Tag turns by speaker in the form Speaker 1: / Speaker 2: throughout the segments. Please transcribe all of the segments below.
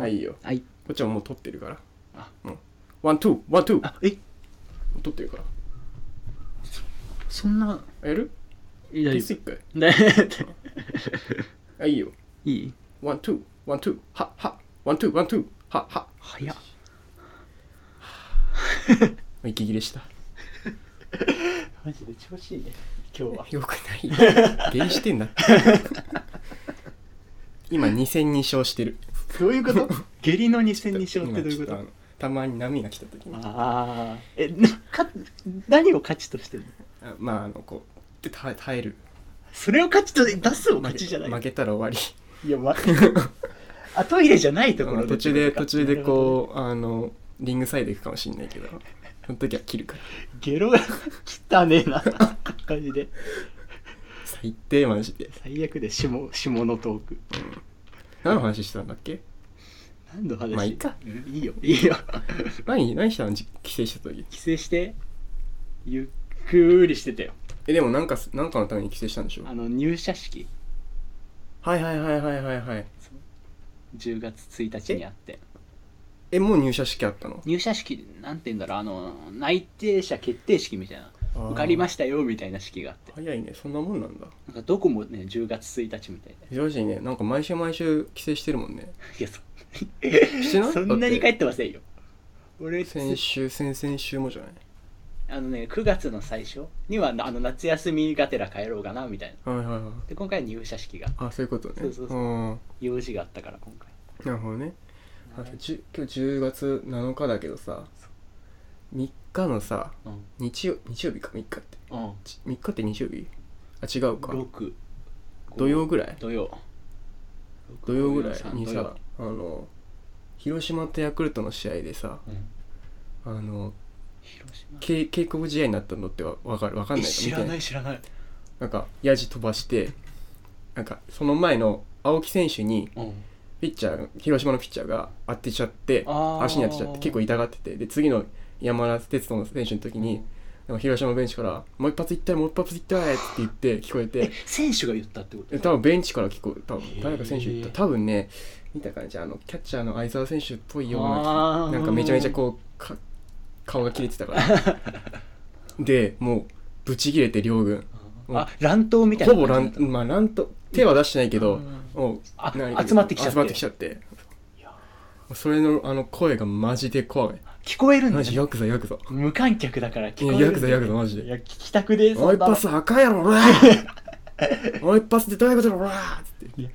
Speaker 1: あいいよ
Speaker 2: はい
Speaker 1: こっちはもう撮ってるから
Speaker 2: あ
Speaker 1: もうワンツーワンツー
Speaker 2: あえ
Speaker 1: 撮ってるから
Speaker 2: そんな
Speaker 1: やる
Speaker 2: いや
Speaker 1: テ
Speaker 2: い
Speaker 1: スト一回
Speaker 2: や
Speaker 1: あいいよ
Speaker 2: いい
Speaker 1: ワンツーワンツーははワンツーワンツーはは
Speaker 2: 早っ
Speaker 1: 息切れした
Speaker 2: マジで調子いいね今日は
Speaker 1: よくない原始点 だって今2戦2勝してる
Speaker 2: どういう こと下痢の2戦2勝ってどういうこ
Speaker 1: 今ちょっ
Speaker 2: と
Speaker 1: あのたまに波が来た時に
Speaker 2: ああえなか何を価値としてるの
Speaker 1: あまああのこうって耐え耐える
Speaker 2: それを価値と出すを
Speaker 1: 負
Speaker 2: 価
Speaker 1: け
Speaker 2: 値じゃない
Speaker 1: 負けたら終わり
Speaker 2: いやま あトイレじゃないところ
Speaker 1: あの途中で途中でこうあのリングサイド行くかもしんないけどその時は切るから
Speaker 2: うゲロが汚ねえな 感じで
Speaker 1: 最低マジで
Speaker 2: 最悪で下下のトーク
Speaker 1: 何の話してたんだっけ
Speaker 2: 何の話
Speaker 1: まあいいか
Speaker 2: うんいいよいいよ
Speaker 1: 何何したのじ帰省した時
Speaker 2: 帰省してゆっくりしてたよ
Speaker 1: えでもなんかすなんかのために帰省したんでしょ
Speaker 2: あの入社式
Speaker 1: はいはいはいはいはいはい
Speaker 2: 10月1日にあって
Speaker 1: えもう入社式あったの
Speaker 2: 入社式なんて言うんだろうあの内定者決定式みたいな受かりま
Speaker 1: し
Speaker 2: したよみたいな式があって
Speaker 1: た早いねそんなもんなんだ
Speaker 2: なんかどこもね10月1日みたいで
Speaker 1: 珍しいねなんか毎週毎週帰省してるもんね
Speaker 2: いや
Speaker 1: してな
Speaker 2: そ
Speaker 1: い
Speaker 2: そんなに帰
Speaker 1: だっ
Speaker 2: ってませんよ俺
Speaker 1: て先週先々週もじゃない
Speaker 2: あのね9月の最初にはあの夏休みがてら帰ろうかなみたいな
Speaker 1: はいはいはい
Speaker 2: で今回は入社式が
Speaker 1: あそういうことね
Speaker 2: そうそうそう
Speaker 1: うん
Speaker 2: 用事があったから今回
Speaker 1: なるほどねあそうじゅ今日10月7日だけどさ3日のさ
Speaker 2: うん
Speaker 1: 日曜日曜日か3日って
Speaker 2: うん
Speaker 1: ち3日って日曜日あ違うか
Speaker 2: 6
Speaker 1: 土曜ぐらい
Speaker 2: 土曜
Speaker 1: 土曜ぐらいに
Speaker 2: 土
Speaker 1: さ
Speaker 2: 曜
Speaker 1: あの広島とヤクルトの試合でさ
Speaker 2: うん
Speaker 1: あの
Speaker 2: 広島
Speaker 1: け稽古試合になったのってわわかるわかん
Speaker 2: え
Speaker 1: ないか
Speaker 2: 知らないい知らない
Speaker 1: なんかヤジ飛ばしてなんかその前の青木選手に
Speaker 2: うん
Speaker 1: ピッチャー広島のピッチャーが当てちゃって
Speaker 2: あー
Speaker 1: 足に当てちゃって結構痛がっててで次の山田哲人の選手の時に、なんか広島のベンチから「もう一発いったいもう一発いったい」って言って聞こえて
Speaker 2: え選手が言ったってこ
Speaker 1: で
Speaker 2: と
Speaker 1: 多分ベンチから聞こえ多分
Speaker 2: へー
Speaker 1: 誰か選手言った多分ね見た感じあのキャッチャーの相澤選手っぽいよう
Speaker 2: あ
Speaker 1: な
Speaker 2: ー
Speaker 1: なんかめちゃめちゃこうか顔が切れて たからでもうブチ切れて両軍
Speaker 2: うんあ乱闘みたいな
Speaker 1: ほぼ
Speaker 2: 感
Speaker 1: 乱
Speaker 2: じだった
Speaker 1: まあ乱闘手は出してないけど、
Speaker 2: うん
Speaker 1: もう
Speaker 2: あ
Speaker 1: 何か
Speaker 2: 集まってきちゃって
Speaker 1: 集まってきちゃって
Speaker 2: いや
Speaker 1: それのあの声がマジで怖い
Speaker 2: 聞こえるんだ
Speaker 1: マジ
Speaker 2: よ
Speaker 1: ヤクザヤクザ
Speaker 2: 無観客だから
Speaker 1: い
Speaker 2: 聞
Speaker 1: や
Speaker 2: こえる
Speaker 1: ヤ
Speaker 2: ん
Speaker 1: ク
Speaker 2: だ
Speaker 1: ザ
Speaker 2: よ
Speaker 1: ヤクザマジ
Speaker 2: い
Speaker 1: で
Speaker 2: や聞きたくねえ
Speaker 1: も
Speaker 2: そん
Speaker 1: う一
Speaker 2: なの
Speaker 1: 発赤やろおら もう一発ってどういうことだろおらつって
Speaker 2: いや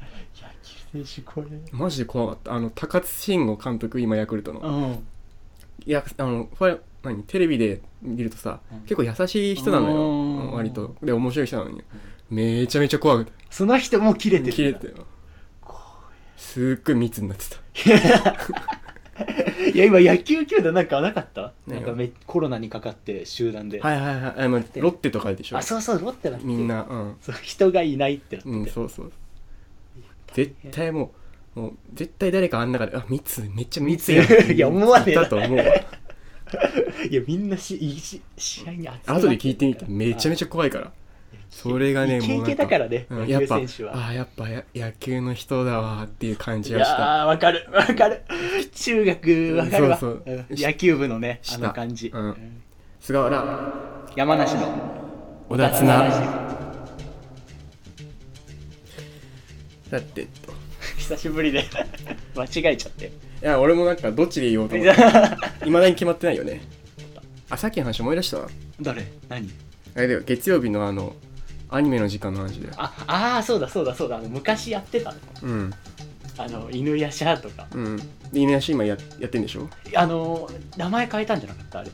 Speaker 2: 野球選手これ
Speaker 1: マジで怖かったあの高津慎吾監督今ヤクルトの
Speaker 2: うん
Speaker 1: いやあのファイ何テレビで見るとさ、
Speaker 2: うん
Speaker 1: 結構優しい人なのよ、
Speaker 2: うん
Speaker 1: 割とで面白い人なのに、めちゃめちゃ怖く
Speaker 2: その人も切れて
Speaker 1: て
Speaker 2: る
Speaker 1: 切れてすっごい密になってた
Speaker 2: いや今野球球団なんかなかった
Speaker 1: ね
Speaker 2: なんかめコロナにかかって集団で、
Speaker 1: はいはいはいあまあロッテとかでしょ
Speaker 2: あそうそうロッテだって
Speaker 1: みんなうん
Speaker 2: そう人がいないってなって、
Speaker 1: うんそうそう絶対もうもう絶対誰かあん中であ密めっちゃ密
Speaker 2: 密 いや思わねえない
Speaker 1: だと思うわ
Speaker 2: いやみんなしいし試合に集まって
Speaker 1: 後で聞いてみたらめちゃめち
Speaker 2: ゃ
Speaker 1: ゃ怖いからそれがね
Speaker 2: イケイ
Speaker 1: もうな
Speaker 2: ケ
Speaker 1: んか
Speaker 2: だからね、
Speaker 1: うん、
Speaker 2: 野
Speaker 1: やっ
Speaker 2: 球
Speaker 1: ぱあ
Speaker 2: 選手は
Speaker 1: ーやっぱや野球の人だわっていう感
Speaker 2: い
Speaker 1: じがした
Speaker 2: やーわかるわかる中学わかるわ
Speaker 1: そうそう
Speaker 2: うん野球部のねあ
Speaker 1: した
Speaker 2: の感じ、
Speaker 1: うん菅原
Speaker 2: 山梨の
Speaker 1: 小田綱だってと
Speaker 2: 久しぶりで 間違えちゃ って
Speaker 1: いや俺もなんかどっちで言おうと思っていまだに決まってないよねあさっきの話思い出したわ
Speaker 2: 誰何
Speaker 1: あれだよ月曜日のあのアニメの時間の話だよ
Speaker 2: ああーそうだそうだそうだあの昔やってたの
Speaker 1: うん
Speaker 2: あの犬やシャーとか
Speaker 1: うんで犬やし今ややってんでしょ
Speaker 2: あのー名前変えたんじゃなかったあれ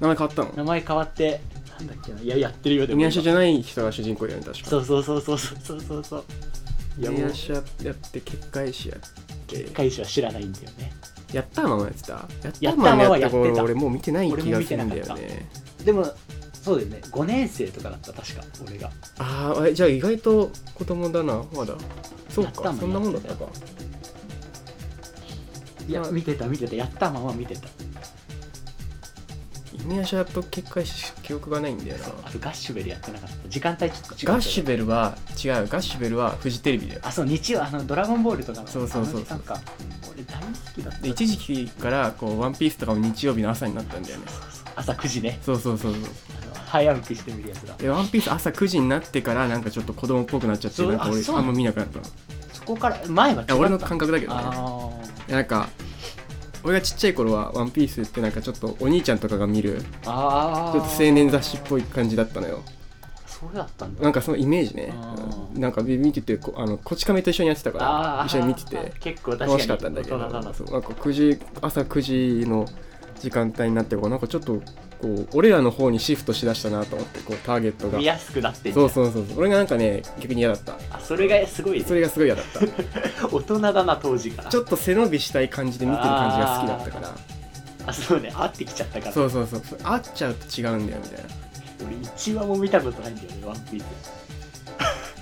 Speaker 1: 名前変わったの
Speaker 2: 名前変わってなんだっけないややってるよでも
Speaker 1: 犬やしじ
Speaker 2: ゃ
Speaker 1: ゃない人が主人公だよね確か
Speaker 2: そうそうそうそうそうそうそういや
Speaker 1: 犬
Speaker 2: もう
Speaker 1: やしやって結界師やって
Speaker 2: 結界誌は知らないんだよね
Speaker 1: やったままやってたや
Speaker 2: や
Speaker 1: っ
Speaker 2: った
Speaker 1: ま
Speaker 2: た
Speaker 1: ま
Speaker 2: ま
Speaker 1: や
Speaker 2: ま
Speaker 1: っ
Speaker 2: や
Speaker 1: た
Speaker 2: ってた
Speaker 1: 頃俺もう見てない気がするん
Speaker 2: 俺
Speaker 1: だ
Speaker 2: も見てな
Speaker 1: よ
Speaker 2: かっ
Speaker 1: ね
Speaker 2: でもそうだよね5年生とかだった確か俺が
Speaker 1: あーあれじゃあ意外と子供だなまだそう
Speaker 2: やった
Speaker 1: か
Speaker 2: まま
Speaker 1: そんなもんだったか
Speaker 2: いや
Speaker 1: まあ
Speaker 2: 見てた見てたやったまま見てた
Speaker 1: 今宮下と結果記憶がないんだよな
Speaker 2: あとガッシュベルやってなかった時間帯ちょっと違うけど
Speaker 1: ガッシュベルは違うガッシュベルはフジテレビだよ
Speaker 2: あそう日曜あのドラゴンボールとかの
Speaker 1: そうそうそうそう
Speaker 2: なんかうん俺大好きだった
Speaker 1: で一時期からこうワンピースとかも日曜日の朝になったんだよね
Speaker 2: 朝9時ね
Speaker 1: そうそうそうそう
Speaker 2: あの早起きしてみるやつだ
Speaker 1: でワンピース朝9時になってからなんかちょっと子供っぽくなっちゃって
Speaker 2: そう
Speaker 1: なんか
Speaker 2: あ
Speaker 1: 俺
Speaker 2: そう
Speaker 1: あんま見なくなったのい
Speaker 2: そこから前は違った
Speaker 1: や俺の感覚だけどね
Speaker 2: あ
Speaker 1: やなんか俺がちっちゃい頃は「ワンピースってなんかちょっとお兄ちゃんとかが見るち
Speaker 2: ーあ
Speaker 1: ょっ
Speaker 2: ー
Speaker 1: と青年雑誌っぽい感じだったのよ
Speaker 2: そうだったんだ
Speaker 1: なんかそのイメージね
Speaker 2: あー
Speaker 1: なんか見ててこあのこち亀と一緒にやってたから
Speaker 2: ー
Speaker 1: 一緒に見てて
Speaker 2: 結構確かに
Speaker 1: 楽しかったんだけど
Speaker 2: 大人だな
Speaker 1: そうなんか9時朝9時の時間帯になってこうなんかちょっとこう俺らの方にシフトしだしたなと思ってこうターゲットが
Speaker 2: 見やすくなってんじゃ
Speaker 1: そ
Speaker 2: ん
Speaker 1: うそうそうそう俺がなんかね逆に嫌だった
Speaker 2: あそれがすごいね
Speaker 1: それがすごい嫌だった
Speaker 2: 大人だな当時から
Speaker 1: ちょっと背伸びしたい感じで見てる感じが好きだったから
Speaker 2: あそうね会ってきちゃったから
Speaker 1: そうそうそうそう合っちゃうと違うんだよみたいな
Speaker 2: 俺1話も見たことないんだよね「ワンピース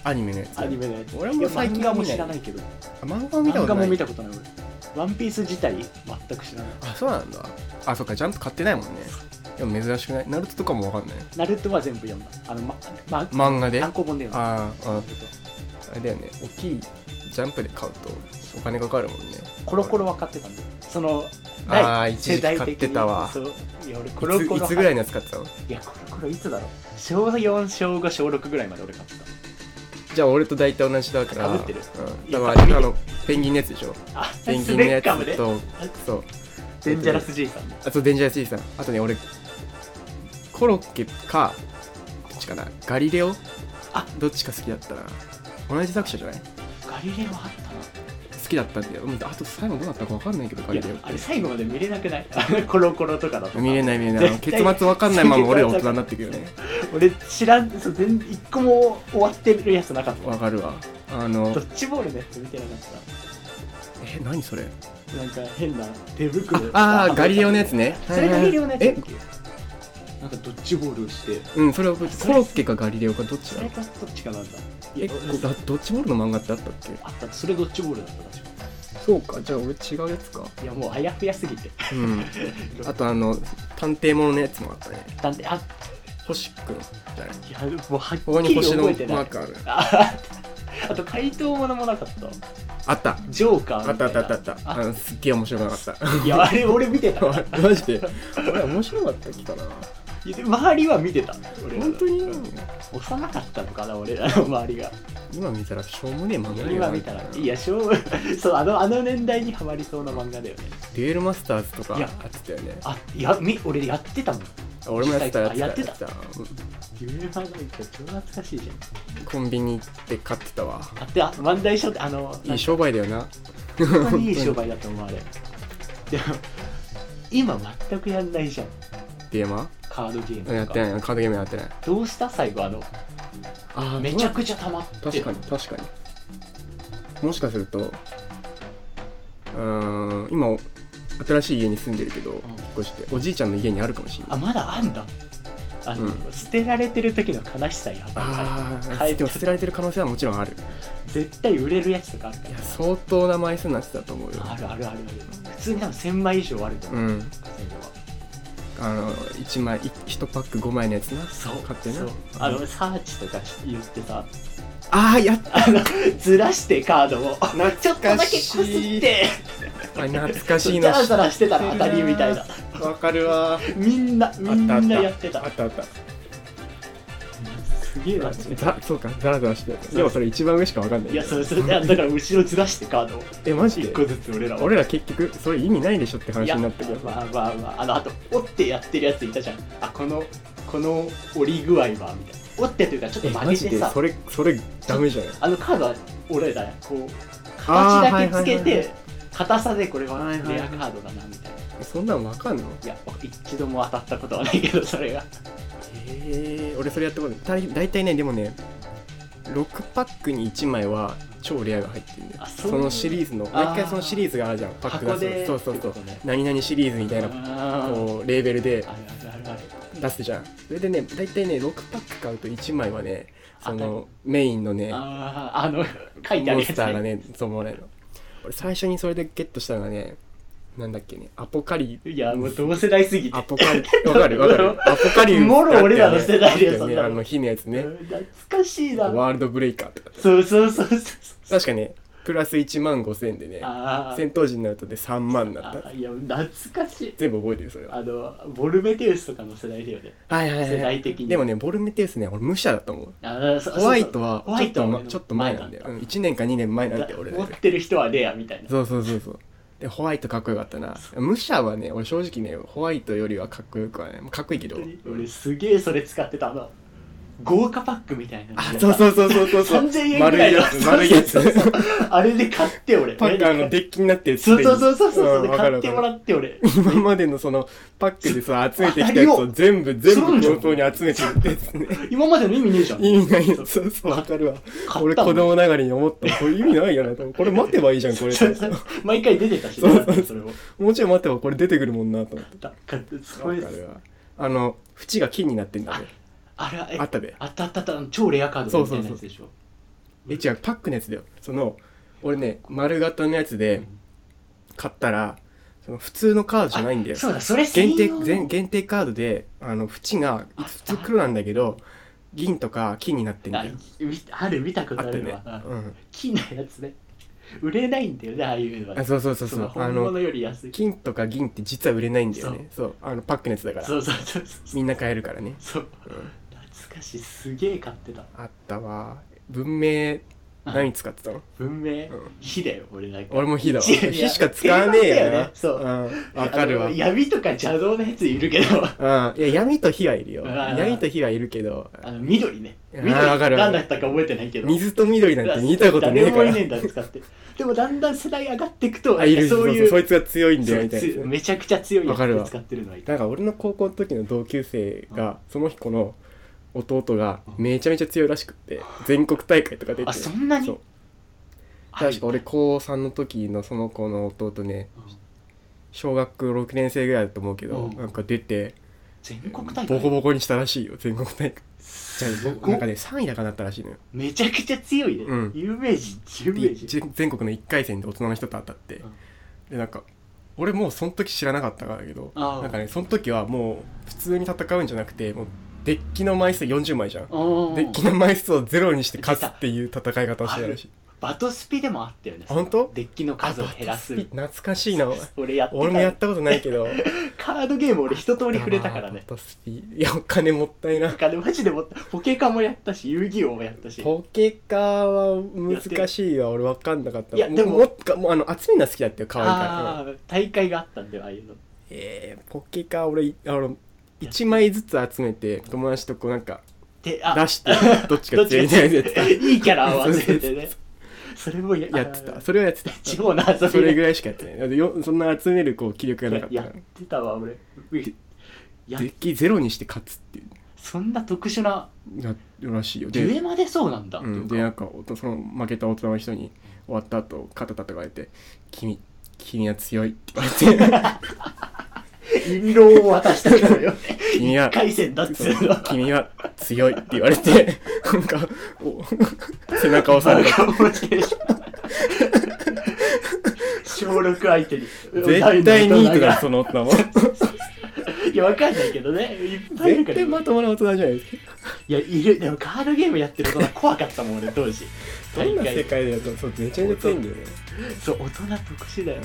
Speaker 1: アニメのやつ
Speaker 2: アニメのやつ
Speaker 1: 俺も最近
Speaker 2: いや漫画も
Speaker 1: 見ない
Speaker 2: 知らないけど
Speaker 1: あ漫画を見た
Speaker 2: 漫
Speaker 1: こ
Speaker 2: 画
Speaker 1: とな
Speaker 2: も
Speaker 1: い
Speaker 2: 見たことない俺ワンピース自体全く知らない
Speaker 1: あそうなんだあそっかジャンプ買ってないもんねでも珍しくないナルトとかもわかんない
Speaker 2: ナルトは全部読んだあのま、ま、
Speaker 1: 漫画で
Speaker 2: 単行本で読んだ
Speaker 1: あーあ
Speaker 2: ナルト
Speaker 1: あれだよね大きいジャンプで買うとお金かかるもんね
Speaker 2: コロコロは買ってたんだよその
Speaker 1: あー
Speaker 2: 第
Speaker 1: 一時期
Speaker 2: 世代的に
Speaker 1: 買ってたわ
Speaker 2: そういや俺コ
Speaker 1: い
Speaker 2: ロ
Speaker 1: つ
Speaker 2: コロ
Speaker 1: いつぐらいのやつ買ってたの
Speaker 2: いやコロコロいつだろう小4小5小6ぐらいまで俺買ってた
Speaker 1: じゃあ俺と大体同じだから
Speaker 2: 被ってる
Speaker 1: うん、だから
Speaker 2: いや
Speaker 1: あのペンギンのやつでしょ
Speaker 2: あ
Speaker 1: ペンギ
Speaker 2: ス
Speaker 1: ンの
Speaker 2: レ
Speaker 1: や
Speaker 2: ッカム
Speaker 1: つ
Speaker 2: ね
Speaker 1: とそう
Speaker 2: デンジャラス G さんね
Speaker 1: あとデンジャラスイーさんあとね俺コロッケかどっちかなガリレオ
Speaker 2: あ
Speaker 1: どっちか好きだったな同じ作者じゃない好
Speaker 2: ガリレオあったな
Speaker 1: きだったんだようんあと最後どうなったか分かんないけどガ
Speaker 2: い
Speaker 1: リ
Speaker 2: や
Speaker 1: レオ
Speaker 2: あれ最後まで見れなくない コロコロとかだと
Speaker 1: 見れない見れないあの
Speaker 2: 絶
Speaker 1: 結
Speaker 2: 対
Speaker 1: 末分かんないまま俺ら大人になってく よね
Speaker 2: 俺知らんそう全一個も終わってるやつなかった
Speaker 1: 分かるわあの
Speaker 2: ドッジボールのやつ見てなかっ
Speaker 1: え何それ
Speaker 2: たなんか変な手袋
Speaker 1: ああガリレオのやつね
Speaker 2: それガリレオのやつだっ
Speaker 1: え
Speaker 2: けなんかドッジボールをして
Speaker 1: うんそれはコロッケかガリレオかどっち
Speaker 2: そ
Speaker 1: だ
Speaker 2: れかどっちかなんだい
Speaker 1: え
Speaker 2: や
Speaker 1: こ
Speaker 2: 俺
Speaker 1: あドッジボールの漫画ってあったっけ
Speaker 2: あったそれドッジボールだった確か
Speaker 1: そうかじゃあ俺違うやつか
Speaker 2: いやもうあやふやすぎ て
Speaker 1: うんあとあの探偵もののやつもあったね
Speaker 2: だってあ
Speaker 1: 星くんじゃない
Speaker 2: いやもうはっ
Speaker 1: ここ
Speaker 2: き
Speaker 1: に
Speaker 2: り
Speaker 1: 星のマ
Speaker 2: 覚えてない
Speaker 1: ークある
Speaker 2: あ あと怪盗ものもなかった
Speaker 1: あった
Speaker 2: ジョーカー
Speaker 1: あっ
Speaker 2: み
Speaker 1: た
Speaker 2: た
Speaker 1: あ
Speaker 2: い
Speaker 1: った
Speaker 2: な
Speaker 1: あったあったあのすっげえ面白くなかった
Speaker 2: いやあれ俺見てた
Speaker 1: マジで俺面白かったっけかない
Speaker 2: やで周りは見てた俺ら
Speaker 1: 本当に
Speaker 2: うん幼かったのかな俺らの周りが
Speaker 1: 今見たらしょうもねえ漫画だよな
Speaker 2: 今見たらいやしょう そうあのあの年代にはまりそうな漫画だよね
Speaker 1: デュエルマスターズとか
Speaker 2: い
Speaker 1: や
Speaker 2: や
Speaker 1: ってたよね
Speaker 2: あいやみ俺やってたもん
Speaker 1: 俺もやってたやっ
Speaker 2: あ
Speaker 1: てた
Speaker 2: やってた
Speaker 1: やってた
Speaker 2: 有名漫画って超懐かしいじゃん
Speaker 1: コンビニ行って買ってたわ
Speaker 2: あってあ漫才書ってあの
Speaker 1: いい商売だよな
Speaker 2: なんか本当にいい商売だと思うあれでも今全くやんないじゃん
Speaker 1: デーマ
Speaker 2: カードゲームとか
Speaker 1: やってないカードゲームやってない
Speaker 2: どうした最後あの
Speaker 1: あ
Speaker 2: めちゃくちゃ溜まって
Speaker 1: 確かに確かにもしかするとうーん今新しい家に住んでるけど、引っ越しておじいちゃんの家にあるかもしれな
Speaker 2: あ
Speaker 1: い
Speaker 2: まだあんだあの、
Speaker 1: うん
Speaker 2: 捨てられてる時の悲しさやばい
Speaker 1: あ
Speaker 2: あ
Speaker 1: あ
Speaker 2: れ
Speaker 1: でも捨てられてる可能性はもちろんある
Speaker 2: 絶対売れるやつとかあるか
Speaker 1: いや相当な枚数なやつだと思うよ
Speaker 2: らあるあるあるある普通に多分1000枚以上あると
Speaker 1: う
Speaker 2: 思う、
Speaker 1: ん
Speaker 2: 稼いでは
Speaker 1: あの1枚1パック5枚のやつな
Speaker 2: そう
Speaker 1: 買ってな
Speaker 2: そうあのサーチとか言ってさ
Speaker 1: ああやっ
Speaker 2: あの ずらしてカードをちょっとだけこすって
Speaker 1: た懐かしい
Speaker 2: ザ
Speaker 1: な
Speaker 2: ラザラしてたら当たりみたいな
Speaker 1: わかるわ
Speaker 2: みんなみんなやってた
Speaker 1: あったあった
Speaker 2: すげえなって
Speaker 1: ざそうかザラザラしてたでもそれ一番上しかわかんない
Speaker 2: いやそうそういやだから後ろずらしてカードを
Speaker 1: えマジ
Speaker 2: 1
Speaker 1: で
Speaker 2: 個ずつ俺らは
Speaker 1: 俺ら結局それ意味ないでしょって話になったけど
Speaker 2: まあまあまああのあと折ってやってるやついたじゃんあこのこの折り具合はみたいな折ってというかちょっと
Speaker 1: え
Speaker 2: 曲
Speaker 1: マ
Speaker 2: げ
Speaker 1: ジ
Speaker 2: て
Speaker 1: で
Speaker 2: さ
Speaker 1: それそれダメじゃない
Speaker 2: あのカードは俺らこう
Speaker 1: あー
Speaker 2: 形だけつけ
Speaker 1: はいはいはい
Speaker 2: て硬さでこれは
Speaker 1: はい
Speaker 2: レ
Speaker 1: はいはい
Speaker 2: アカードだなみたいな
Speaker 1: そんなんわかんの
Speaker 2: いや一度も当たったことはないけどそれが
Speaker 1: えー、俺それやったことない大体ねでもね6パックに1枚は超レアが入ってるんだよ
Speaker 2: あ
Speaker 1: そ
Speaker 2: そう
Speaker 1: のシリーズの
Speaker 2: あー
Speaker 1: 毎回そのシリーズがあるじゃんパックが
Speaker 2: 箱で
Speaker 1: そうそうそう
Speaker 2: ってことね
Speaker 1: 何々シリーズみたいな
Speaker 2: あー
Speaker 1: こうレーベルで
Speaker 2: あるあるあるある
Speaker 1: 出すじゃんそれでね大体ね6パック買うと1枚はねそ
Speaker 2: 当
Speaker 1: のメインのね
Speaker 2: あーあの書いてある
Speaker 1: モン
Speaker 2: や
Speaker 1: ス
Speaker 2: つ
Speaker 1: ターがねそうもらえるの俺最初にそれでゲットしたのがねなんだっけねアポカリ
Speaker 2: いや、もう同世代すぎて。
Speaker 1: アポカリわかる わかるアポカリウム
Speaker 2: もろ俺らの世代だよ
Speaker 1: あったね
Speaker 2: そんなの
Speaker 1: あの火のやつね
Speaker 2: 懐かしいな。
Speaker 1: ワールドブレイカーとか
Speaker 2: そうそうそうそう。
Speaker 1: 確かねプラス1万5000でね
Speaker 2: あー
Speaker 1: 戦闘時になるとで3万になった
Speaker 2: あ。いや、懐かしい。
Speaker 1: 全部覚えてるそれは
Speaker 2: あの、ボルメテウスとかの世代だよね。
Speaker 1: はいはいはい
Speaker 2: 世代的に
Speaker 1: でもねボルメテウスね俺無者だと思う
Speaker 2: あそ
Speaker 1: ホワイトは
Speaker 2: ホワ
Speaker 1: ちょっ
Speaker 2: イト
Speaker 1: と
Speaker 2: は
Speaker 1: ま
Speaker 2: 俺の
Speaker 1: ちょっと前なんだよ
Speaker 2: 前
Speaker 1: 1年か2年前なんだよ俺
Speaker 2: 持ってる人はレアみたいな。
Speaker 1: そうそうそうそうでホワイトかっこよかったな武者はね俺正直ねホワイトよりはかっこよくはねかっこいいけど
Speaker 2: 俺すげえそれ使ってたあの豪華パックみたいな
Speaker 1: あそうそうそうそうそうそう
Speaker 2: 3000円ぐらいの
Speaker 1: 丸いやつ
Speaker 2: そうそ
Speaker 1: 丸い
Speaker 2: う
Speaker 1: や
Speaker 2: そう
Speaker 1: つ
Speaker 2: あれで買って俺
Speaker 1: パックあのデッキになってる
Speaker 2: そうそうそうそうそう、
Speaker 1: んわかる
Speaker 2: 買っ
Speaker 1: わか
Speaker 2: て
Speaker 1: る
Speaker 2: もらって俺
Speaker 1: 今までのそのパックでさ集めてきたやつを全部全部強盗に集めてるってやつね
Speaker 2: 今までの意味ねえじゃん
Speaker 1: 意味ないよそうそうわかるわ
Speaker 2: 買っ
Speaker 1: 俺
Speaker 2: たも
Speaker 1: 子
Speaker 2: ん
Speaker 1: 供ながらに思ったこれ意味ないよなと思ってこれ待てばいいじゃんこれ
Speaker 2: そうそう毎回出てたし
Speaker 1: そうそう
Speaker 2: それを
Speaker 1: もうちょい待てばこれ出てくるもんなと思って
Speaker 2: 買ってそ
Speaker 1: わ
Speaker 2: れ
Speaker 1: かるわあの縁が金になってんだね
Speaker 2: あれえ
Speaker 1: あったで
Speaker 2: あったあったあった超レアカードみたいなやつでしょ
Speaker 1: え違うパックのやつだよその俺ね丸型のやつで買ったらその普通のカードじゃないんだよ
Speaker 2: そうだそれ
Speaker 1: 限
Speaker 2: 専
Speaker 1: 定
Speaker 2: 用の
Speaker 1: 限限定カードであの縁が
Speaker 2: あった
Speaker 1: 普通黒なんだけど銀とか金になってん
Speaker 2: あ
Speaker 1: だよ
Speaker 2: みある見たこと
Speaker 1: あ
Speaker 2: あ
Speaker 1: ったよ
Speaker 2: る
Speaker 1: ね
Speaker 2: わ、
Speaker 1: うん
Speaker 2: 木のやつね売れないんだよねああいうのは
Speaker 1: あそうそうそうそ
Speaker 2: の
Speaker 1: うあ
Speaker 2: 本
Speaker 1: の
Speaker 2: 物より安い
Speaker 1: 金とか銀って実は売れないんだよねそうあのパックのやつだか
Speaker 2: そ
Speaker 1: ら
Speaker 2: うそうそうそう
Speaker 1: みんな買えるからね
Speaker 2: そう懐かしいすげえ買ってた
Speaker 1: あったわ文明何使ってたの
Speaker 2: 文明
Speaker 1: うん
Speaker 2: 火だよ俺なんか
Speaker 1: 俺も火だわ
Speaker 2: いやいや
Speaker 1: 火しか使わね
Speaker 2: 定
Speaker 1: えよ
Speaker 2: 番だよ
Speaker 1: な
Speaker 2: ねそう
Speaker 1: うんわかるわ
Speaker 2: あの闇とか邪道のやついるけど
Speaker 1: うん、いや闇と火はいるよ
Speaker 2: うん
Speaker 1: 闇と火はいるけど
Speaker 2: あの緑ね
Speaker 1: あー
Speaker 2: 緑
Speaker 1: わかる
Speaker 2: 何だったか覚えてないけど
Speaker 1: 水と緑なんて見たことねえか
Speaker 2: 誰もいねえん
Speaker 1: ら
Speaker 2: だ使ってでもだんだん世代上がっていくと
Speaker 1: あいる
Speaker 2: そ
Speaker 1: そうう
Speaker 2: い
Speaker 1: そううそいつが強いんだよ
Speaker 2: そう
Speaker 1: みたい
Speaker 2: つ
Speaker 1: な
Speaker 2: めちゃくちゃ強いや
Speaker 1: わかるわ
Speaker 2: つ使ってるのはいた
Speaker 1: なんか俺の高校の時の同級生がその子の弟がめちゃめちゃ強いらしくって全国大会とか出て
Speaker 2: あそんなに
Speaker 1: そう
Speaker 2: あ
Speaker 1: 確か俺高3の時のその子の弟ね
Speaker 2: うん
Speaker 1: 小学6年生ぐらいだと思うけど
Speaker 2: うん
Speaker 1: なんか出て
Speaker 2: 全国大
Speaker 1: ボコ
Speaker 2: 会
Speaker 1: ボコにしたらしいよ全国大会じゃ
Speaker 2: す
Speaker 1: あ
Speaker 2: ご
Speaker 1: なんかね3位だかなったらしいのよ
Speaker 2: めちゃくちゃ強いね、
Speaker 1: うん
Speaker 2: 有名人有名
Speaker 1: で
Speaker 2: 人
Speaker 1: ぜ全国の1回戦で大人の人と当たって、
Speaker 2: うん
Speaker 1: でなんか俺もうその時知らなかったからだけど
Speaker 2: あー
Speaker 1: なんかねその時はもう普通に戦うんじゃなくてもうデッキの枚数40枚じゃん
Speaker 2: お
Speaker 1: デッキの枚数をゼロにして勝つっていう戦い方をしてたらしい
Speaker 2: バトスピでもあったよね
Speaker 1: あ本当
Speaker 2: デッキの数を減らす
Speaker 1: あバトスピ懐かしいなお 前
Speaker 2: 俺やってた
Speaker 1: 俺もやったことないけど
Speaker 2: カードゲーム俺一通り触れたからね
Speaker 1: バトスピ いやお金もったいな
Speaker 2: なんかねマジでもったポケカもやったし遊戯王もやったし
Speaker 1: ポケカは難しいわ俺分かんなかった
Speaker 2: いやでも
Speaker 1: もっともうあの集めるのは好きだったよ可愛いから
Speaker 2: ああー大会があったんだよああいうの
Speaker 1: えー、ポケカ俺あの1枚ずつ集めて友達とこうなんか
Speaker 2: で
Speaker 1: 出
Speaker 2: あ
Speaker 1: してどっち
Speaker 2: どっ
Speaker 1: が
Speaker 2: ち
Speaker 1: 強い
Speaker 2: が
Speaker 1: みたいなやつだ
Speaker 2: いいキャラを集めて ねそれもや
Speaker 1: やってたそれはやってた
Speaker 2: 地方の遊びで
Speaker 1: それぐらいしかやってないだってよそんな集めるこう気力がなかった
Speaker 2: や
Speaker 1: から
Speaker 2: ってたわ俺や
Speaker 1: デッキゼロにして勝つってい
Speaker 2: そんな特殊な
Speaker 1: うやるらしいよ
Speaker 2: デュ
Speaker 1: で,、
Speaker 2: エマでそうなんだ、
Speaker 1: うん、
Speaker 2: と
Speaker 1: で
Speaker 2: いう
Speaker 1: な
Speaker 2: か
Speaker 1: んかおとその負けた大人の人に終わった後肩叩かれて「君君は強い」って言 われて
Speaker 2: 印籠を渡したけど よ
Speaker 1: 「君は
Speaker 2: 一回戦だっつ
Speaker 1: そう
Speaker 2: うの
Speaker 1: 君は強い」って言われてなんかお 背中を押され た
Speaker 2: 小6相手に
Speaker 1: 絶対にいいと
Speaker 2: 歌うの
Speaker 1: か
Speaker 2: が
Speaker 1: その大 人も
Speaker 2: いやわかんないけどねいっぱいいるか
Speaker 1: 絶対
Speaker 2: ら
Speaker 1: まともな大人じゃないですか
Speaker 2: いやいるでもカードゲームやってる大人怖かったもん俺当時
Speaker 1: どんな世界だよとそうめちゃめちゃ強いんだよね
Speaker 2: そう大人特殊だよ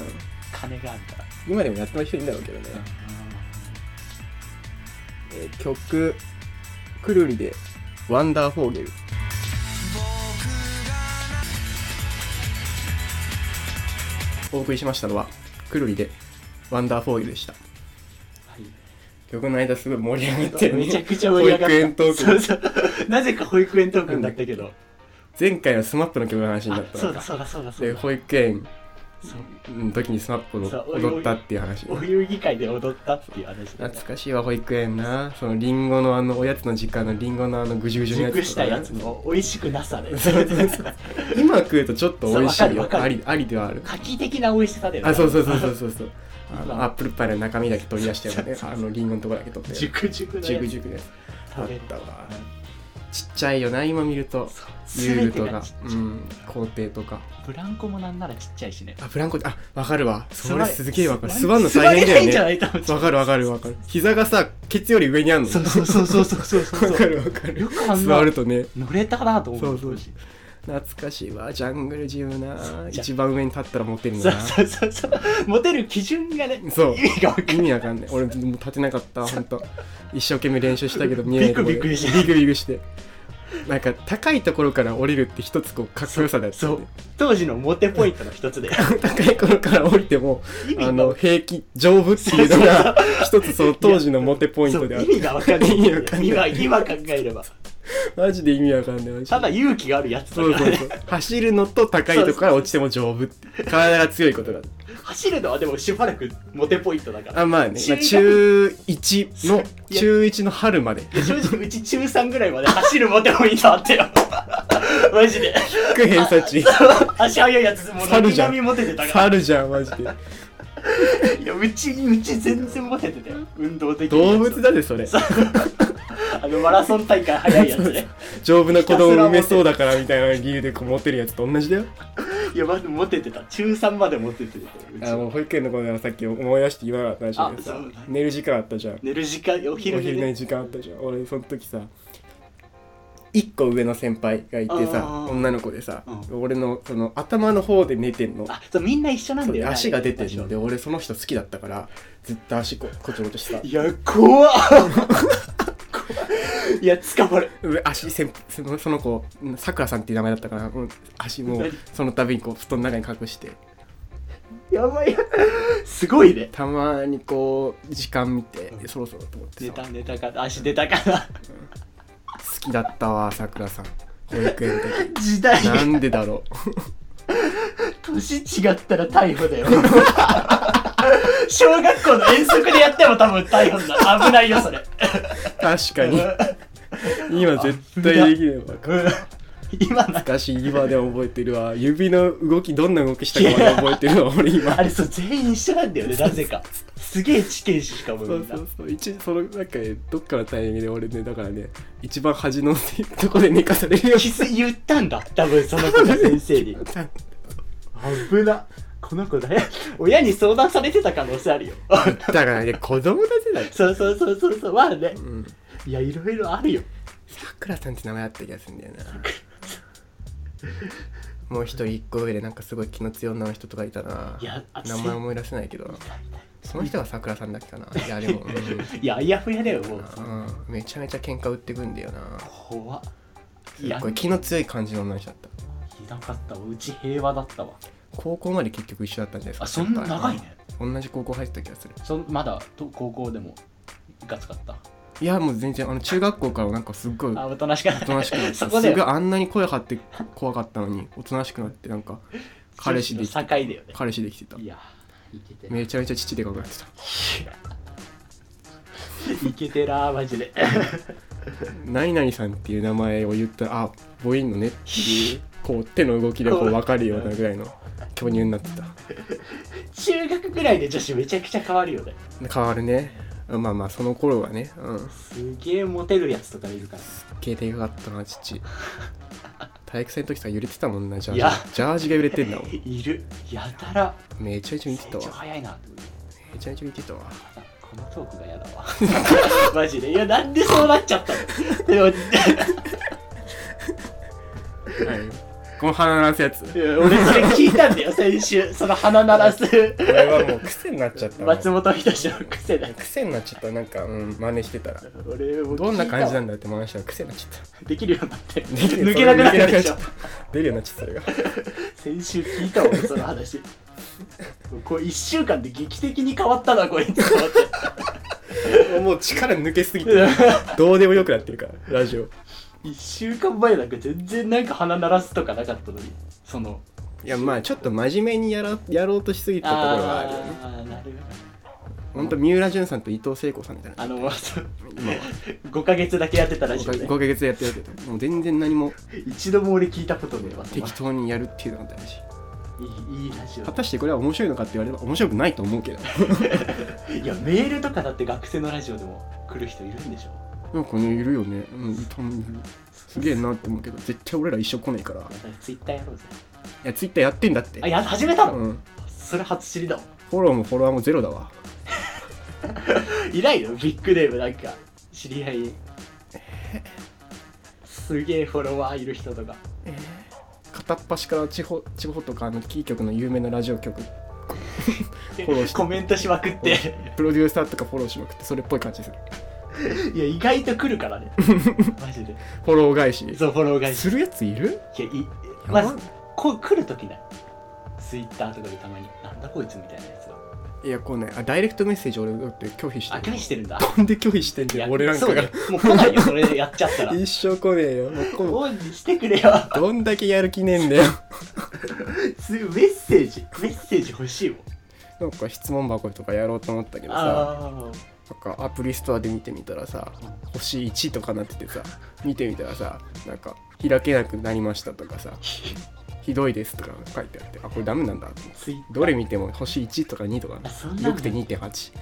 Speaker 2: 金があるから
Speaker 1: 今でもやってない人いるんだろうけどね、えー曲くるりで「ワンダーフォーゲル」お送りしましたのはくるりで「ワンダーフォーゲル」でした
Speaker 2: はい
Speaker 1: 曲の間すごい盛り上がってるね
Speaker 2: めちゃくちゃ盛り上がった
Speaker 1: 保育園トーク
Speaker 2: そうそう なぜか保育園トークになったけど
Speaker 1: 前回のスマップの曲の話にな
Speaker 2: あ
Speaker 1: った
Speaker 2: そう
Speaker 1: の
Speaker 2: だ
Speaker 1: か
Speaker 2: そうだそうだそう
Speaker 1: で
Speaker 2: だ
Speaker 1: 保育園
Speaker 2: そう
Speaker 1: の時にスマップ
Speaker 2: そう
Speaker 1: を
Speaker 2: おいおい
Speaker 1: 踊ったっていう話
Speaker 2: お遊戯会で踊ったっていう話だ
Speaker 1: 懐かしいわ保育園なそのリンゴのあのおやつの時間のリンゴのあのぐじゅぐじゅのやつ
Speaker 2: 熟した
Speaker 1: とかね
Speaker 2: やつの美味しくなさで
Speaker 1: そうそうそう今食うとちょっと美味しい
Speaker 2: そう
Speaker 1: よ
Speaker 2: わかるわかる
Speaker 1: ありありではある
Speaker 2: 画期的な美味しさだよね
Speaker 1: あそうそうそうそうそうそうあの
Speaker 2: 今
Speaker 1: アップルパイの中身だけ取り出してよねあのリンゴのとこだけ取って
Speaker 2: 熟熟のや
Speaker 1: ジュク
Speaker 2: つ
Speaker 1: ジュクのやつあ
Speaker 2: 食
Speaker 1: っ
Speaker 2: べる
Speaker 1: たわちっちゃいよな今見ると
Speaker 2: そう
Speaker 1: ユー
Speaker 2: 全
Speaker 1: ル
Speaker 2: て
Speaker 1: と
Speaker 2: が
Speaker 1: か
Speaker 2: ちっちゃい、
Speaker 1: うん皇帝とか
Speaker 2: ブランコもなんならちっちゃいしね
Speaker 1: あブランコあわかるわそれすげえわかる
Speaker 2: 座
Speaker 1: 座
Speaker 2: れ
Speaker 1: んの大変だよね
Speaker 2: 座れないんじゃない多分
Speaker 1: わかるわかるわかる膝がさケツより上にあんの
Speaker 2: そうそうそうそうそうそうそう
Speaker 1: わかるわかる
Speaker 2: よくあんな
Speaker 1: 座るとね
Speaker 2: 乗れたなと思う
Speaker 1: そうそう懐かしいわジャングルジムな
Speaker 2: じゃ
Speaker 1: 一番上に立ったら持ってるん
Speaker 2: そう
Speaker 1: だな
Speaker 2: そうそうそうモテる基準がね
Speaker 1: そう
Speaker 2: 意味が分か
Speaker 1: 意
Speaker 2: んない
Speaker 1: 味わかんない俺もう立てなかったほんと一生懸命練習した けど見えないところで
Speaker 2: ビクビクして
Speaker 1: ビクビクしてなんか高いところから降りるって一つこうかっこよさだよね
Speaker 2: そう当時のモテポイントの一つで
Speaker 1: 高いところから降りても
Speaker 2: 意味
Speaker 1: あ
Speaker 2: が
Speaker 1: の平気丈夫っていうのが一つその当時のモテポイン
Speaker 2: そ
Speaker 1: ト
Speaker 2: う
Speaker 1: であ
Speaker 2: 意
Speaker 1: る
Speaker 2: 味が分かんない
Speaker 1: 意味わかんない
Speaker 2: 今今考えれば
Speaker 1: マジで意味わかんないマジで
Speaker 2: ただ勇気があるやつ
Speaker 1: そう
Speaker 2: だから
Speaker 1: そう
Speaker 2: ね
Speaker 1: そう走るのと高いところから落ちても丈夫って体が強いことだ
Speaker 2: 走るのはでもしばらくモテポイントだから
Speaker 1: あまあね、まあ
Speaker 2: 中
Speaker 1: 中1の
Speaker 2: いや
Speaker 1: 中1の春まで
Speaker 2: で正直うち中3ぐらいまで走るモテポイントあったよ マジで
Speaker 1: 低い偏差 値
Speaker 2: 足速いやつもう
Speaker 1: 猿じゃん
Speaker 2: 並みモテてたから
Speaker 1: 猿じゃんマジで
Speaker 2: いやうちうち全然モテてたよ運動的なやつ
Speaker 1: 動物だでそれ
Speaker 2: そうあのマラソン大会速いやつね
Speaker 1: 丈夫な子供産めそうだからみたいな理由でこう持ってるやつと同じだよ
Speaker 2: いやまずモテてた中3までモテてたようち
Speaker 1: あの保育園の頃ならさっき思い出して言わなかった話だけど
Speaker 2: あ
Speaker 1: さ
Speaker 2: そうだ
Speaker 1: 寝る時間あったじゃん
Speaker 2: 寝る時間お
Speaker 1: お
Speaker 2: 昼寝
Speaker 1: 昼
Speaker 2: ね
Speaker 1: 寝時間あったじゃん俺その時さ1個上の先輩がいてさ
Speaker 2: あー
Speaker 1: 女の子でさ、
Speaker 2: う
Speaker 1: 俺のその頭の方で寝てんの
Speaker 2: あそうみんな一緒なん
Speaker 1: そう
Speaker 2: だよな
Speaker 1: 足が出て
Speaker 2: る
Speaker 1: るので俺その人好きだったからずっと足ここちょこちょしてた
Speaker 2: いや怖っ いや捕まる
Speaker 1: 上足せんそのその子うんさくらさんっていう名前だったからうん足も
Speaker 2: 何
Speaker 1: その度にこう布団の中に隠して
Speaker 2: やばいすごいね
Speaker 1: たまにこう時間見て、
Speaker 2: うん
Speaker 1: そろそろと思って
Speaker 2: 出
Speaker 1: さ
Speaker 2: た出たか足出た か
Speaker 1: 好きだったわさくらさん保育園の時
Speaker 2: な時代
Speaker 1: な
Speaker 2: が
Speaker 1: んでだろ
Speaker 2: 年違ったら逮捕だよ小学校の遠足でやっても多分逮捕だ危ないよそれ
Speaker 1: う 確かに今絶対できないわ
Speaker 2: 今なんか
Speaker 1: 昔今でも覚えてるわ指の動きどんな動きしたかまで覚えてるわ俺今
Speaker 2: あれそう全員一緒なんだよねなぜかすげえ知見しかも
Speaker 1: そ
Speaker 2: み
Speaker 1: うんそ
Speaker 2: な
Speaker 1: うそう一そのなんかねどっかのタイミングで俺ねだからね一番端のとこで寝かされるよう
Speaker 2: キ ス言ったんだ多分その子が先生に
Speaker 1: になっ
Speaker 2: 危なこの子だよ親に相談されてた可能性あるよ
Speaker 1: ただからね子供たちだよ
Speaker 2: そうそうそうそうそうまあね
Speaker 1: うん
Speaker 2: いやいろいろあるよ
Speaker 1: さくらさんって名前あった気がするんだよなもう一人一個上でなんかすごい気の強い女の人とかいたない
Speaker 2: やあ
Speaker 1: 名前思い出せないけどその人がさくらさんだっけかないやでも、う
Speaker 2: いやあやふやだよもうん
Speaker 1: うんめちゃめちゃ喧嘩売ってくんだよな
Speaker 2: 怖っ
Speaker 1: す
Speaker 2: い
Speaker 1: っ
Speaker 2: や
Speaker 1: ごい気の強い感じの女の人だった
Speaker 2: いなかったわうち平和だったわ
Speaker 1: 高校まで結局一緒だったんじゃないですか
Speaker 2: あそんな
Speaker 1: 先輩
Speaker 2: 長いね
Speaker 1: 同じ高校入ってた気がする
Speaker 2: そんまだと高校でもガツかった
Speaker 1: いやもう全然あの中学校からなんかすっごい
Speaker 2: あおとなしくなっ
Speaker 1: おとなしくなって
Speaker 2: そ
Speaker 1: す
Speaker 2: こ
Speaker 1: ご
Speaker 2: で
Speaker 1: いあんなに声張って怖かったのにおとなしくなってなんか彼氏でき
Speaker 2: 境だよね
Speaker 1: 彼氏できてた
Speaker 2: いやいけてる
Speaker 1: めちゃめちゃ父でかくなってた
Speaker 2: いけてらーマジで
Speaker 1: 何々さんっていう名前を言ったらあボインのねっ ていうこう手の動きでこう分かるようなぐらいの巨乳になってた
Speaker 2: 中学ぐらいで女子めちゃくちゃ変わるよね
Speaker 1: 変わるねまあまあその頃はねうん
Speaker 2: すげえモテるやつとかいるから
Speaker 1: 携帯がかったな父体育祭の時さ揺れてたもんなジャ
Speaker 2: いや
Speaker 1: ージジャージが揺れてんだもん
Speaker 2: いるやたら
Speaker 1: めちゃめち
Speaker 2: 成
Speaker 1: ゃ見てた
Speaker 2: 長
Speaker 1: わ
Speaker 2: 早いなって思って
Speaker 1: めちゃめちゃ見てたわ
Speaker 2: あこのトークが嫌だわ マジでいやなんでそうなっちゃったのでも
Speaker 1: はいこの鼻鳴らすやつ
Speaker 2: いや 俺それ聞いたんだよ先週その鼻鳴らす
Speaker 1: これはもう癖になっちゃったわ
Speaker 2: 松本人志の癖だ
Speaker 1: 癖になっちゃったなんかうん真似してたら
Speaker 2: 俺もう聞いたわ
Speaker 1: どんな感じなんだって真似したら癖になっちゃった
Speaker 2: できるようになって
Speaker 1: できる
Speaker 2: 抜けなくなったでしょ
Speaker 1: 抜けなくなっちゃ出るようになっちゃったそれが
Speaker 2: 先週聞いたわその話これ1週間で劇的に変わったなこい つと思って
Speaker 1: もう力抜けすぎてどうでもよくなってるからラジオ
Speaker 2: 1週間前なんか全然なんか鼻鳴らすとかなかったのにその
Speaker 1: いやまあちょっと真面目にやらやろうとしすぎたところはあるよね
Speaker 2: あーなるほど
Speaker 1: ほんと三浦淳さんと伊藤聖子さんみたいな
Speaker 2: あのそう
Speaker 1: 今は
Speaker 2: 5ヶ月だけやってたらしいね
Speaker 1: 5ヶ月やってるけどもう全然何も
Speaker 2: 一度も俺聞いたことねえわその
Speaker 1: 適当にやるっていうのが大事
Speaker 2: いいいいラジオ
Speaker 1: 果たしてこれは面白いのかって言われれば面白くないと思うけど
Speaker 2: いやメールとかだって学生のラジオでも来る人いるんでしょ
Speaker 1: なんかねいるよねうん多分いるすげえなって思うけど絶対俺ら一生来ないからい
Speaker 2: ツイッターやろうぜ
Speaker 1: やツイッターやってんだって
Speaker 2: あや始めたの、
Speaker 1: うん
Speaker 2: それ初知りだわ
Speaker 1: フォローもフォロワーもゼロだわ
Speaker 2: いないのビッグネームなんか知り合いにすげえフォロワーいる人とか
Speaker 1: 片っ端から地方地方とかあのキー局の有名なラジオ 局フォローして
Speaker 2: コメントしまくって
Speaker 1: プロデューサーとかフォローしまくってそれっぽい感じする
Speaker 2: いや意外と来るから ねマジで
Speaker 1: フォロー返し
Speaker 2: そうフォロー返し
Speaker 1: するやついる
Speaker 2: いやい
Speaker 1: や
Speaker 2: ま
Speaker 1: ば
Speaker 2: ずこう来るときだツイッターとかでたまになんだこいつみたいなやつが
Speaker 1: いやこうねあダイレクトメッセージ俺だって拒否して
Speaker 2: あ
Speaker 1: る
Speaker 2: 拒否してるんだ
Speaker 1: なんで拒否してん
Speaker 2: い
Speaker 1: じゃ
Speaker 2: や
Speaker 1: ん俺なん
Speaker 2: そ
Speaker 1: か
Speaker 2: うだ
Speaker 1: が
Speaker 2: よもう来ないよそれでやっちゃったら
Speaker 1: 一生来ねえよもうこ
Speaker 2: おいしてくれよ
Speaker 1: どんだけやる気ねえんだ よ
Speaker 2: すぐメッセージメッセージ欲しいもん
Speaker 1: なんか質問箱とかやろうと思ったけどさ
Speaker 2: ああ
Speaker 1: なんかアプリストアで見てみたらさ星1とかなっててさ見てみたらさなんか開けなくなりましたとかさひどいですとか書いてあってあこれダメなんだと思って
Speaker 2: ツイッター
Speaker 1: どれ見ても星1とか2とか
Speaker 2: あそんなの
Speaker 1: よくて2.8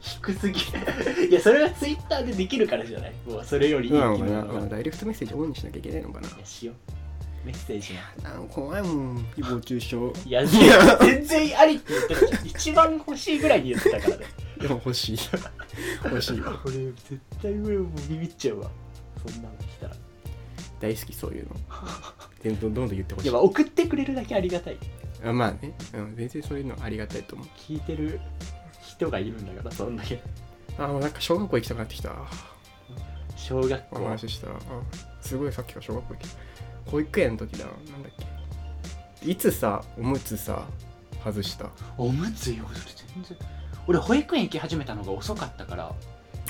Speaker 2: 低すぎ るいやそれはツイッターでできるからじゃないもうそれよりいい
Speaker 1: そう
Speaker 2: 気分
Speaker 1: なのか
Speaker 2: な
Speaker 1: な
Speaker 2: のか
Speaker 1: うん
Speaker 2: な
Speaker 1: ダイレクトメッセージオンにしなきゃいけないのかない
Speaker 2: やしようメッセージは
Speaker 1: なんか怖いもん誹謗中傷
Speaker 2: い や全然ありって言ってたじゃん一番欲しいぐらいに言ってたからね
Speaker 1: でも欲しい欲しいわ
Speaker 2: これ絶対俺もうビビっちゃうわそんなの来たら
Speaker 1: 大好きそういうの全部どんどん言ってほ
Speaker 2: い
Speaker 1: しい
Speaker 2: やまあ送ってくれるだけありがたい
Speaker 1: あまあね、うん、全然そういうのありがたいと思う
Speaker 2: 聞いてる人がいるんだからそんだけ
Speaker 1: あもうなんか小学校行きたくなってきた
Speaker 2: 小学
Speaker 1: お
Speaker 2: 校
Speaker 1: 話ししたらあすごいさっきから小学校行きた保育園の時だなんだっけいつさおむつさ外した
Speaker 2: おむつよそれ全然俺保育園行き始めたのが遅かったから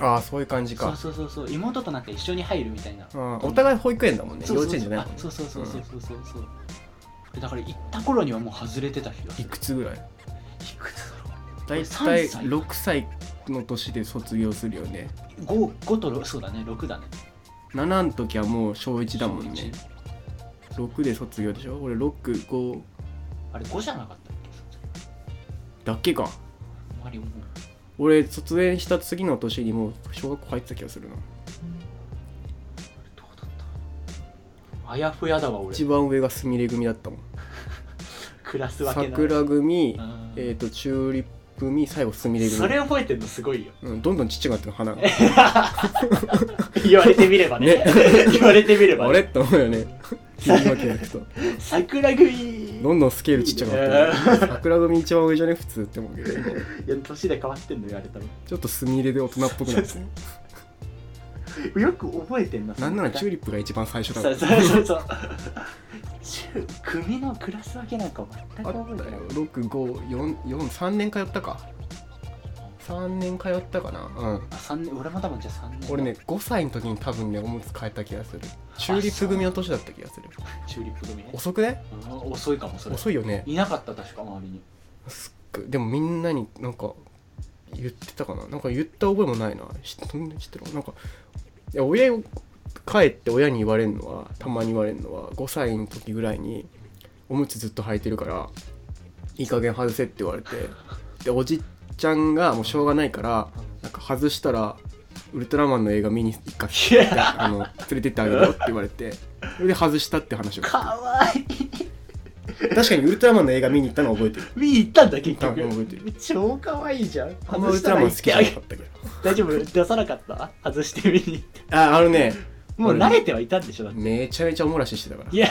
Speaker 1: ああそういう感じ
Speaker 2: そう
Speaker 1: か
Speaker 2: そうそうそう妹となんか一緒に入るみたいな
Speaker 1: あーお互い保育園だもんね
Speaker 2: そう
Speaker 1: 幼
Speaker 2: そうそう
Speaker 1: 稚園じゃない
Speaker 2: あそうそうそうそうそうそうそう、だから行った頃にはもう外れてた気がす
Speaker 1: い
Speaker 2: る
Speaker 1: くつぐらい
Speaker 2: いくつだろ
Speaker 1: 大
Speaker 2: 3
Speaker 1: 体
Speaker 2: 歳
Speaker 1: 6歳の年で卒業するよね
Speaker 2: う 5, 5と6そうだね6だね
Speaker 1: 7の時はもう小1だもんね6で卒業でしょ俺65
Speaker 2: あれ5じゃなかったっけ
Speaker 1: だけか
Speaker 2: あんまりもう
Speaker 1: 俺卒園した次の年にもう小学校入ってた気がするな
Speaker 2: どうだったあやふやだわ俺
Speaker 1: 一番上がすみれ組だったもん
Speaker 2: クラス分けな
Speaker 1: 桜組
Speaker 2: うん
Speaker 1: えっ、とチューリップ組最後すみれ組
Speaker 2: それ覚えてんのすごいよ
Speaker 1: うん、どんどんちっちゃくなってる花が
Speaker 2: 言われてみればね 言われてみれば
Speaker 1: あ
Speaker 2: ね
Speaker 1: れって思うよね切り分けなくと
Speaker 2: 桜組
Speaker 1: どんどんスケールちっちゃ くなってる桜組一番上じゃね普通って思うけど
Speaker 2: いや年で変わってんの言われたの
Speaker 1: ちょっとすみれで大人っぽく なってる
Speaker 2: よく覚えてんな
Speaker 1: なんならチューリップが一番最初だ
Speaker 2: そ
Speaker 1: も
Speaker 2: うんそうそうそう中組のクラス分けなんか全
Speaker 1: あ
Speaker 2: く
Speaker 1: ったよ
Speaker 2: 覚えてない
Speaker 1: 6543年通ったか3年通ったかなうん
Speaker 2: あ三年俺も多分じゃあ3年
Speaker 1: 俺ね5歳の時に多分ねおむつ変えた気がするチューリップ組の年だった気がする
Speaker 2: チューリップ組ね
Speaker 1: 遅くね
Speaker 2: うん遅いかもそれ
Speaker 1: 遅いよね
Speaker 2: いなかった確か周りに
Speaker 1: すっごいでもみんなになんか言ってたかななんか言った覚えもないな知ってる知ってるなんかいや親を帰って親に言われるのはたまに言われるのは5歳の時ぐらいにおむつずっと履いてるからいい加減外せって言われてでおじちゃんがもうしょうがないからなんか外したらウルトラマンの映画見に行かせてあの連れてってあげるよって言われてそれで外したって話を聞
Speaker 2: か
Speaker 1: く
Speaker 2: わいい
Speaker 1: 確かにウルトラマンの映画見に行ったのは覚えてる
Speaker 2: 見に行ったんだ結
Speaker 1: 多分覚えて
Speaker 2: 局超かわいいじゃん
Speaker 1: あんまウ
Speaker 2: 外
Speaker 1: ル
Speaker 2: した
Speaker 1: ト
Speaker 2: ら
Speaker 1: ラマ
Speaker 2: 行ってあ
Speaker 1: ン好きじゃな
Speaker 2: げ
Speaker 1: かったけど
Speaker 2: 大丈夫出さなかった外して見に行 って
Speaker 1: ああのね
Speaker 2: もう慣れてはいたんでしょだって
Speaker 1: めちゃめちゃおもらししてたか
Speaker 2: いや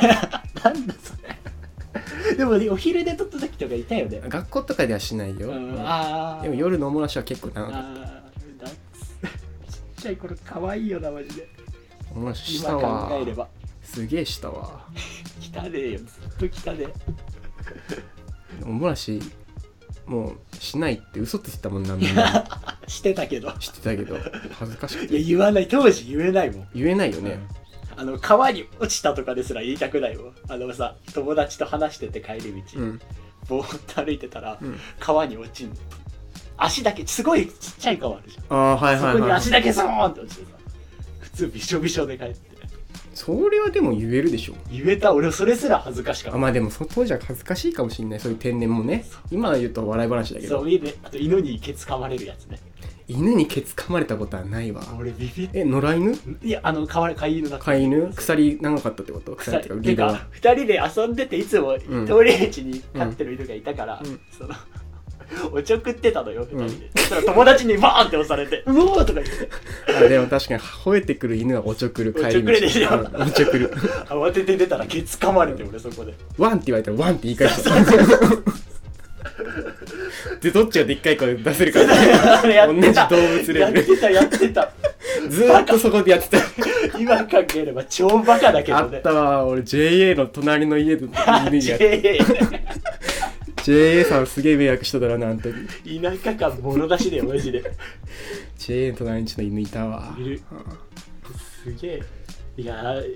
Speaker 2: なんだそれでもねお昼で撮った時とかいたよね
Speaker 1: ら学校とかではしないよ、
Speaker 2: うんああ
Speaker 1: でも夜のおもらしは結構長かっ
Speaker 2: あーだちっちゃい頃可愛いよなマジで
Speaker 1: たおもらしした
Speaker 2: 今
Speaker 1: わ
Speaker 2: 考えれば
Speaker 1: すげえしたわ
Speaker 2: 汚ねえよずっと汚ね
Speaker 1: おもらしもうしないって嘘ついてたもんな
Speaker 2: え
Speaker 1: み んな
Speaker 2: してたけど
Speaker 1: 知ってたけど恥ずかしく
Speaker 2: いや
Speaker 1: て
Speaker 2: 言わない当時言えないもん
Speaker 1: 言えないよね、
Speaker 2: あの川に落ちたとかですら言いたくないもんあのさ友達と話してて帰り道、
Speaker 1: うん
Speaker 2: ぼーっと歩いてたら、
Speaker 1: うん
Speaker 2: 川に落ちんの足だけすごいちっちゃい川あるじゃん、
Speaker 1: ああはいはい
Speaker 2: そこに
Speaker 1: はい
Speaker 2: 足だけゾーンって落ちてさ普通びしょびしょで帰って
Speaker 1: それはでも言えるでしょ
Speaker 2: 言えた俺それすら恥ずかしかった
Speaker 1: あまあでもそ当時は恥ずかしいかもしれないそういう天然もね今言うと笑い話だけ
Speaker 2: そ
Speaker 1: ど
Speaker 2: う、いいね。あと、犬にケツ噛まれるやつね。
Speaker 1: 犬にケツ噛まれたことはないわ
Speaker 2: 俺ビビっ
Speaker 1: え野良犬
Speaker 2: いやあの飼われ飼い犬だった
Speaker 1: 飼い犬鎖長かったってこと
Speaker 2: さ
Speaker 1: 鎖っていうか
Speaker 2: て
Speaker 1: リ
Speaker 2: か
Speaker 1: が
Speaker 2: 2人で遊んでていつも
Speaker 1: ん
Speaker 2: 通り道に飼ってる犬がいたから、
Speaker 1: うん
Speaker 2: その おちょくってたのよ2
Speaker 1: ん
Speaker 2: 人で、そしたら友達にバーンって押され て「うおー!」とか言って
Speaker 1: あでも確かに吠えてくる犬はおちょくる
Speaker 2: おちょくるでしょ
Speaker 1: うんおちょくる
Speaker 2: 慌てて出たらケツ噛まれて俺そこで
Speaker 1: ワンって言われたらワンって言い 返したでどっちがでっかい声出せるか
Speaker 2: あれやっ
Speaker 1: 同じ
Speaker 2: て
Speaker 1: 動
Speaker 2: た
Speaker 1: 物レ
Speaker 2: やっ
Speaker 1: ベル
Speaker 2: てたやってた
Speaker 1: ずーっとそこでやってた
Speaker 2: 今考えれば超バカだけ
Speaker 1: あ
Speaker 2: ど
Speaker 1: っ
Speaker 2: ね
Speaker 1: たわ俺 JA の隣の家 で犬や
Speaker 2: JA
Speaker 1: JA さんすげえ迷惑しただろうなあの時
Speaker 2: 田舎感もろ出しでマジで
Speaker 1: JA の隣にちの犬いたわ
Speaker 2: いるすげえいやーちっ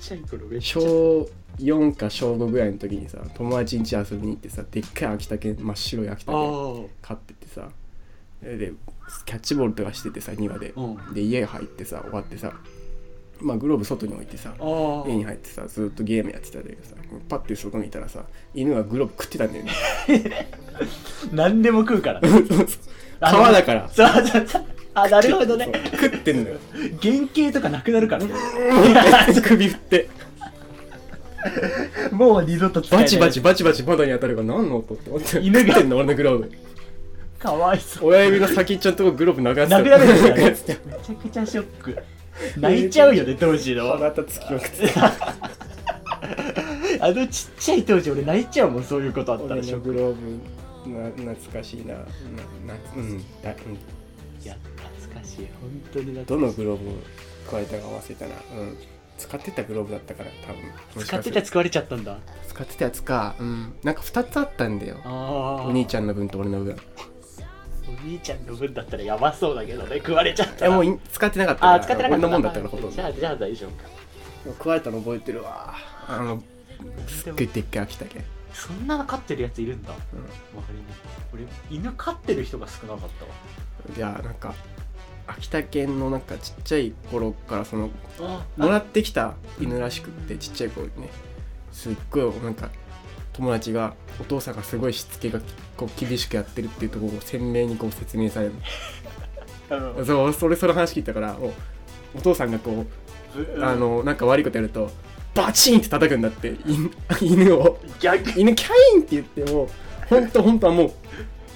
Speaker 2: ちゃい頃めっちゃ
Speaker 1: 小4か小5ぐらいの時にさ友達ん家遊びに行ってさでっかい秋田犬真っ白い秋田
Speaker 2: あ
Speaker 1: 犬
Speaker 2: ー
Speaker 1: 飼っててさでキャッチボールとかしててさ庭で、
Speaker 2: うん
Speaker 1: で家入ってさ終わってさまあグローブ外に置いてさ
Speaker 2: あー
Speaker 1: 家に入ってさずっとゲームやってたんだけどさパッて外見たらさ犬がグローブ食ってたんだよね
Speaker 2: 何でも食うから
Speaker 1: そうそう
Speaker 2: あの
Speaker 1: 皮だから
Speaker 2: そうそうそう あなるほどね
Speaker 1: そう食ってんのよ
Speaker 2: 原型とかなくなるからね
Speaker 1: 首振って
Speaker 2: もう二度と使えな
Speaker 1: バ
Speaker 2: い
Speaker 1: チバチバチバチバチに当たるから何の音って思って
Speaker 2: 犬が
Speaker 1: 食ってんの俺のグローブ
Speaker 2: かわいそう
Speaker 1: 親指の先っちょのとこグローブ流す
Speaker 2: なくなるからね
Speaker 1: 流
Speaker 2: め
Speaker 1: してた
Speaker 2: ちゃくちゃショック 泣いちゃうよね当時の
Speaker 1: 鼻つきまくって
Speaker 2: あのちっちゃい当時俺泣いちゃうもんそういうことあったら
Speaker 1: 俺
Speaker 2: シ
Speaker 1: の
Speaker 2: ョック
Speaker 1: グローブな懐かしいななな、うんだうん、
Speaker 2: いや懐かしい本当に
Speaker 1: ど
Speaker 2: 懐か
Speaker 1: の
Speaker 2: しい
Speaker 1: グローブを加えたか忘れたな、うん、使ってたグローブだったから多分もし
Speaker 2: 使
Speaker 1: か
Speaker 2: っ
Speaker 1: す
Speaker 2: て
Speaker 1: る
Speaker 2: たやつ壊れちゃったんだ
Speaker 1: 使ってたやつか、うん、なんか2つあったんだよ
Speaker 2: あ
Speaker 1: お兄ち
Speaker 2: ゃん
Speaker 1: ゃんの分と俺の分
Speaker 2: お兄ちゃんの分だったらやばそうだけどね食われちゃった
Speaker 1: え
Speaker 2: ら
Speaker 1: もうい使ってなかったから
Speaker 2: あー使ってなかった
Speaker 1: 俺のもんだったからほとん
Speaker 2: じ
Speaker 1: ど
Speaker 2: ゃあじゃあ大丈夫か
Speaker 1: 食われたの覚えてるわあのすっごいでっかい秋田犬
Speaker 2: そんな飼ってるやついるんだ
Speaker 1: うん
Speaker 2: 周りに俺犬飼ってる人が少なかった
Speaker 1: じゃあなんか秋田犬のなんかちっちゃい頃からその
Speaker 2: わ
Speaker 1: もらってきた犬らしくってちっちゃい頃にねすっごいなんか友達がお父さんがすごいしつけがこう厳しくやってるっていうところを鮮明にこう説明される
Speaker 2: あの
Speaker 1: そうそれその話聞いたからおお父さんがこうあのなんか悪いことやるとバチンって叩くんだって犬犬を
Speaker 2: 逆
Speaker 1: 犬キャインって言ってもほんとほんとはも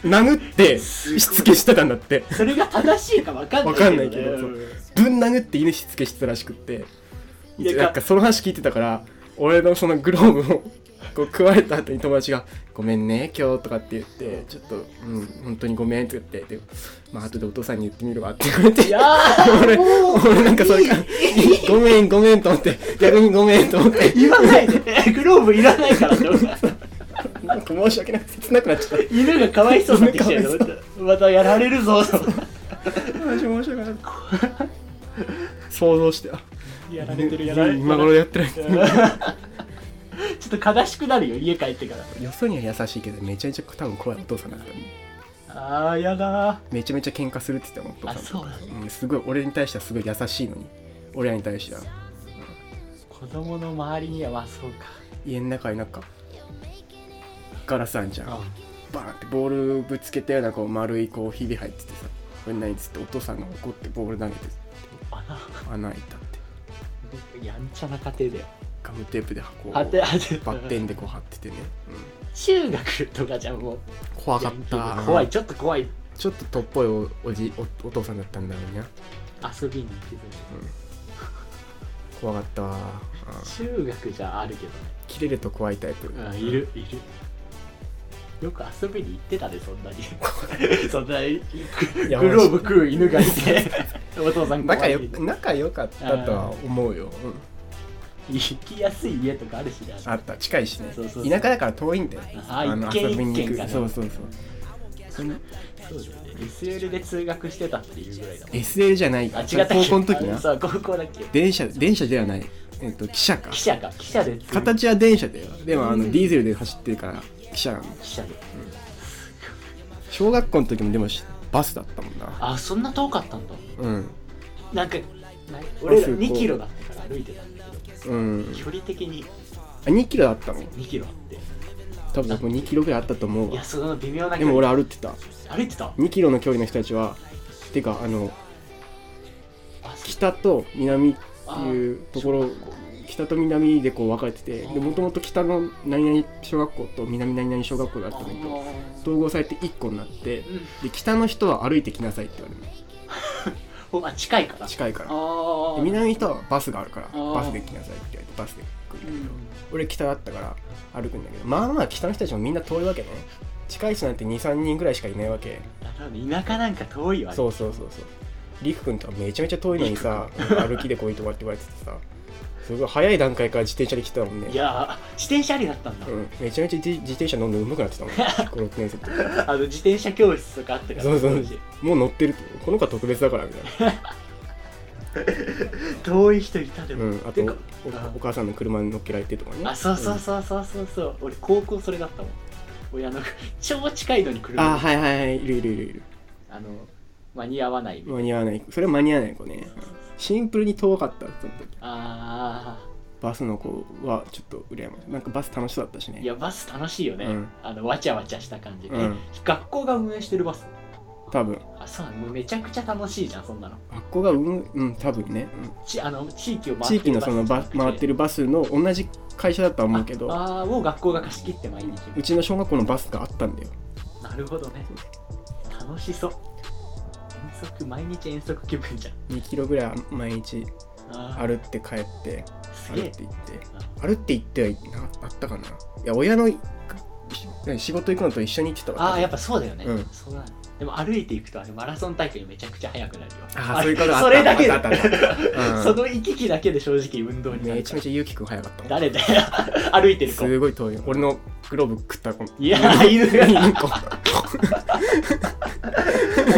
Speaker 1: う殴ってしつけしてたんだって
Speaker 2: それが正しいかわかんない
Speaker 1: わかんないけどそ
Speaker 2: う
Speaker 1: う
Speaker 2: ん
Speaker 1: ぶん殴って犬しつけしてたらしくって
Speaker 2: いや
Speaker 1: なんかその話聞いてたから俺のそのグローブを こう食われた後に友達が「ごめんね今日」とかって言って「ちょっとうん本当にごめん」って言ってで「まあ後でお父さんに言ってみるわ」って言われて
Speaker 2: いやー
Speaker 1: 俺
Speaker 2: もう
Speaker 1: 俺なんかそれが「ごめんごめん」と思って逆に「ごめん」と思って
Speaker 2: 言わないでグローブいらないからって思った
Speaker 1: なんか申し訳なくて切なくなっちゃった
Speaker 2: 犬がかわいそうになってきちゃうと思ったまたやられるぞと思った
Speaker 1: 申し訳なかった想像してあ
Speaker 2: やられてるやられてる
Speaker 1: 今頃やってる
Speaker 2: ちょっと悲しくなるよ家帰ってから
Speaker 1: よそには優しいけどめちゃめちゃ多分怖いお父さんだった
Speaker 2: ああやだ
Speaker 1: めちゃめちゃ喧嘩するって言ってたもんお父さんと
Speaker 2: あそう
Speaker 1: うんすごい俺に対してはすごい優しいのに俺らに対しては
Speaker 2: 子供の周りにはまあそうか
Speaker 1: 家の中になんかガラスあんじゃん
Speaker 2: あ
Speaker 1: バーンってボールぶつけたようなこう丸いこうひび入っててさこれ何っつってお父さんが怒ってボール投げて
Speaker 2: あ
Speaker 1: 穴開いたって
Speaker 2: やんちゃな家庭だよ
Speaker 1: ガムテープで箱を
Speaker 2: あて
Speaker 1: バ
Speaker 2: あて
Speaker 1: ッテンでこう貼っててね、う、
Speaker 2: 中学とかじゃんもうん
Speaker 1: 怖かった
Speaker 2: 怖いちょっと怖い
Speaker 1: ちょっととっぽいおおじおお父さんだったんだろうな
Speaker 2: 遊びに行って
Speaker 1: 怖かったわうん
Speaker 2: た中学じゃあるけどね
Speaker 1: 切れると怖いタイプ
Speaker 2: あいるいるよく遊びに行ってたでそんなに そんなにグ
Speaker 1: や
Speaker 2: グローブ食う犬がいて お父さん怖
Speaker 1: 仲
Speaker 2: い
Speaker 1: よ仲良かったとは思うよ、うん
Speaker 2: 行きやすい家とかあるしね
Speaker 1: あった近いしね
Speaker 2: そうそうそう
Speaker 1: 田舎だから遠いんだよ
Speaker 2: あ一軒一軒がね
Speaker 1: そうそうそう
Speaker 2: そうだよね SL で通学してたっていうぐらいだもん
Speaker 1: SL じゃないか
Speaker 2: あ
Speaker 1: ら
Speaker 2: 違ったっけ
Speaker 1: 高校の時
Speaker 2: あ
Speaker 1: な
Speaker 2: そう高校だっけ
Speaker 1: 電車電車ではないえっと汽車か
Speaker 2: 記者か記者で通
Speaker 1: 形は電車だよでもあ
Speaker 2: う
Speaker 1: の
Speaker 2: ん
Speaker 1: ディーゼルで走ってるから汽車なんだ
Speaker 2: 記者で
Speaker 1: 小学校の時もでもしバスだったもんな
Speaker 2: あそんな遠かったんだ
Speaker 1: うん
Speaker 2: なんかない俺ら
Speaker 1: そうそう
Speaker 2: 2キロだったから歩いてたんだけど
Speaker 1: うん
Speaker 2: 距離的に
Speaker 1: あ2キロだったの
Speaker 2: 2キロあって
Speaker 1: 多分僕2キロぐらいあったと思う
Speaker 2: い
Speaker 1: わ
Speaker 2: やその微妙な
Speaker 1: で
Speaker 2: 距
Speaker 1: も
Speaker 2: 離
Speaker 1: 俺歩いてた
Speaker 2: 歩いてた
Speaker 1: 2キロの距離の人たちはてかあの
Speaker 2: あそう
Speaker 1: 北と南っ
Speaker 2: あ
Speaker 1: て
Speaker 2: ー
Speaker 1: いうところ北と南でこう分かれててでもともと北の何々小学校と南何々小学校だったんだけ
Speaker 2: あ
Speaker 1: ど統合されて1個になって
Speaker 2: ーうん
Speaker 1: で北の人は歩いてきなさいって言われる
Speaker 2: ほんま近いから
Speaker 1: の近いから
Speaker 2: あ
Speaker 1: で
Speaker 2: あ
Speaker 1: 南の人はバスがあるから
Speaker 2: ー
Speaker 1: バスで来なさいって言われてバスで来るんだけど俺北だったから歩くんだけどまあまあ北の人たちもみんな遠いわけね近い人なんて23人ぐらいしかいないわけ
Speaker 2: 田舎なんか遠いわ
Speaker 1: そうそうそうそうりくくんとかめちゃめちゃ遠いのにさ歩きでこいとかって言われててさすごい早い段階から自転車で来てたもんね
Speaker 2: いやー自転車ありだったんだ、
Speaker 1: うん、めちゃめちゃ自自転車乗るのうまくなってたもん56年生って
Speaker 2: あの自転車教室とかあったから
Speaker 1: そうそう
Speaker 2: 当時
Speaker 1: もう乗ってるってこの子は特別だからみたいな
Speaker 2: 遠い人いたでも、
Speaker 1: うん、あと
Speaker 2: てか
Speaker 1: お
Speaker 2: あ
Speaker 1: お母さんの車に乗っけられてとかね
Speaker 2: あそうそうそうそうそうそう俺高校それだったもん親の 超近いのに
Speaker 1: うん
Speaker 2: 車
Speaker 1: あーはいはいはいいるいるいるいる
Speaker 2: あの間に合わないみたいな
Speaker 1: 間に合わないそれは間に合わない子ねシンプルに遠かったその時
Speaker 2: あ
Speaker 1: バスの子はちょっと羨ましいなんかバス楽しそうだったし
Speaker 2: あ
Speaker 1: ね
Speaker 2: いやバス楽しいよね、
Speaker 1: うん
Speaker 2: あのわちゃわちゃした感じで、
Speaker 1: うん
Speaker 2: 学校が運営してるバス
Speaker 1: 多分
Speaker 2: あそうなのめちゃくちゃ楽しいじゃんそんなの
Speaker 1: 学校がうんうん多分ね、うん
Speaker 2: ちあの地域を
Speaker 1: 地
Speaker 2: 回って
Speaker 1: 域
Speaker 2: るバ
Speaker 1: の
Speaker 2: ス
Speaker 1: そのバ回って
Speaker 2: る
Speaker 1: るバスの同じ会社だとは思うけど
Speaker 2: ああもう学校が貸し切って毎日
Speaker 1: うちの小学校のバスがあったんだよ
Speaker 2: なるほどね楽しそう遠足毎日遠足気分じゃん
Speaker 1: 2キロぐらい毎日
Speaker 2: あー
Speaker 1: 歩って帰って
Speaker 2: す
Speaker 1: 歩っ
Speaker 2: げ
Speaker 1: て
Speaker 2: え
Speaker 1: 行って歩って行ってはいなあったかないや親のい何仕事行くのと一緒に行ってたわ
Speaker 2: ああやっぱそうだよね、
Speaker 1: うん
Speaker 2: そうだねでも歩いていくとあれマラソン大会めちゃくちゃ速くなるよれ
Speaker 1: あそういうことあった
Speaker 2: それだけ
Speaker 1: あったあったあった
Speaker 2: その行き来だけで正直運動にな
Speaker 1: め
Speaker 2: る
Speaker 1: ち
Speaker 2: から
Speaker 1: ゃめちゃゆうきくん早かったもん
Speaker 2: 誰だよ 歩いてる子
Speaker 1: すごい遠いよ俺のグローブ食った子
Speaker 2: いやー犬が
Speaker 1: 犬子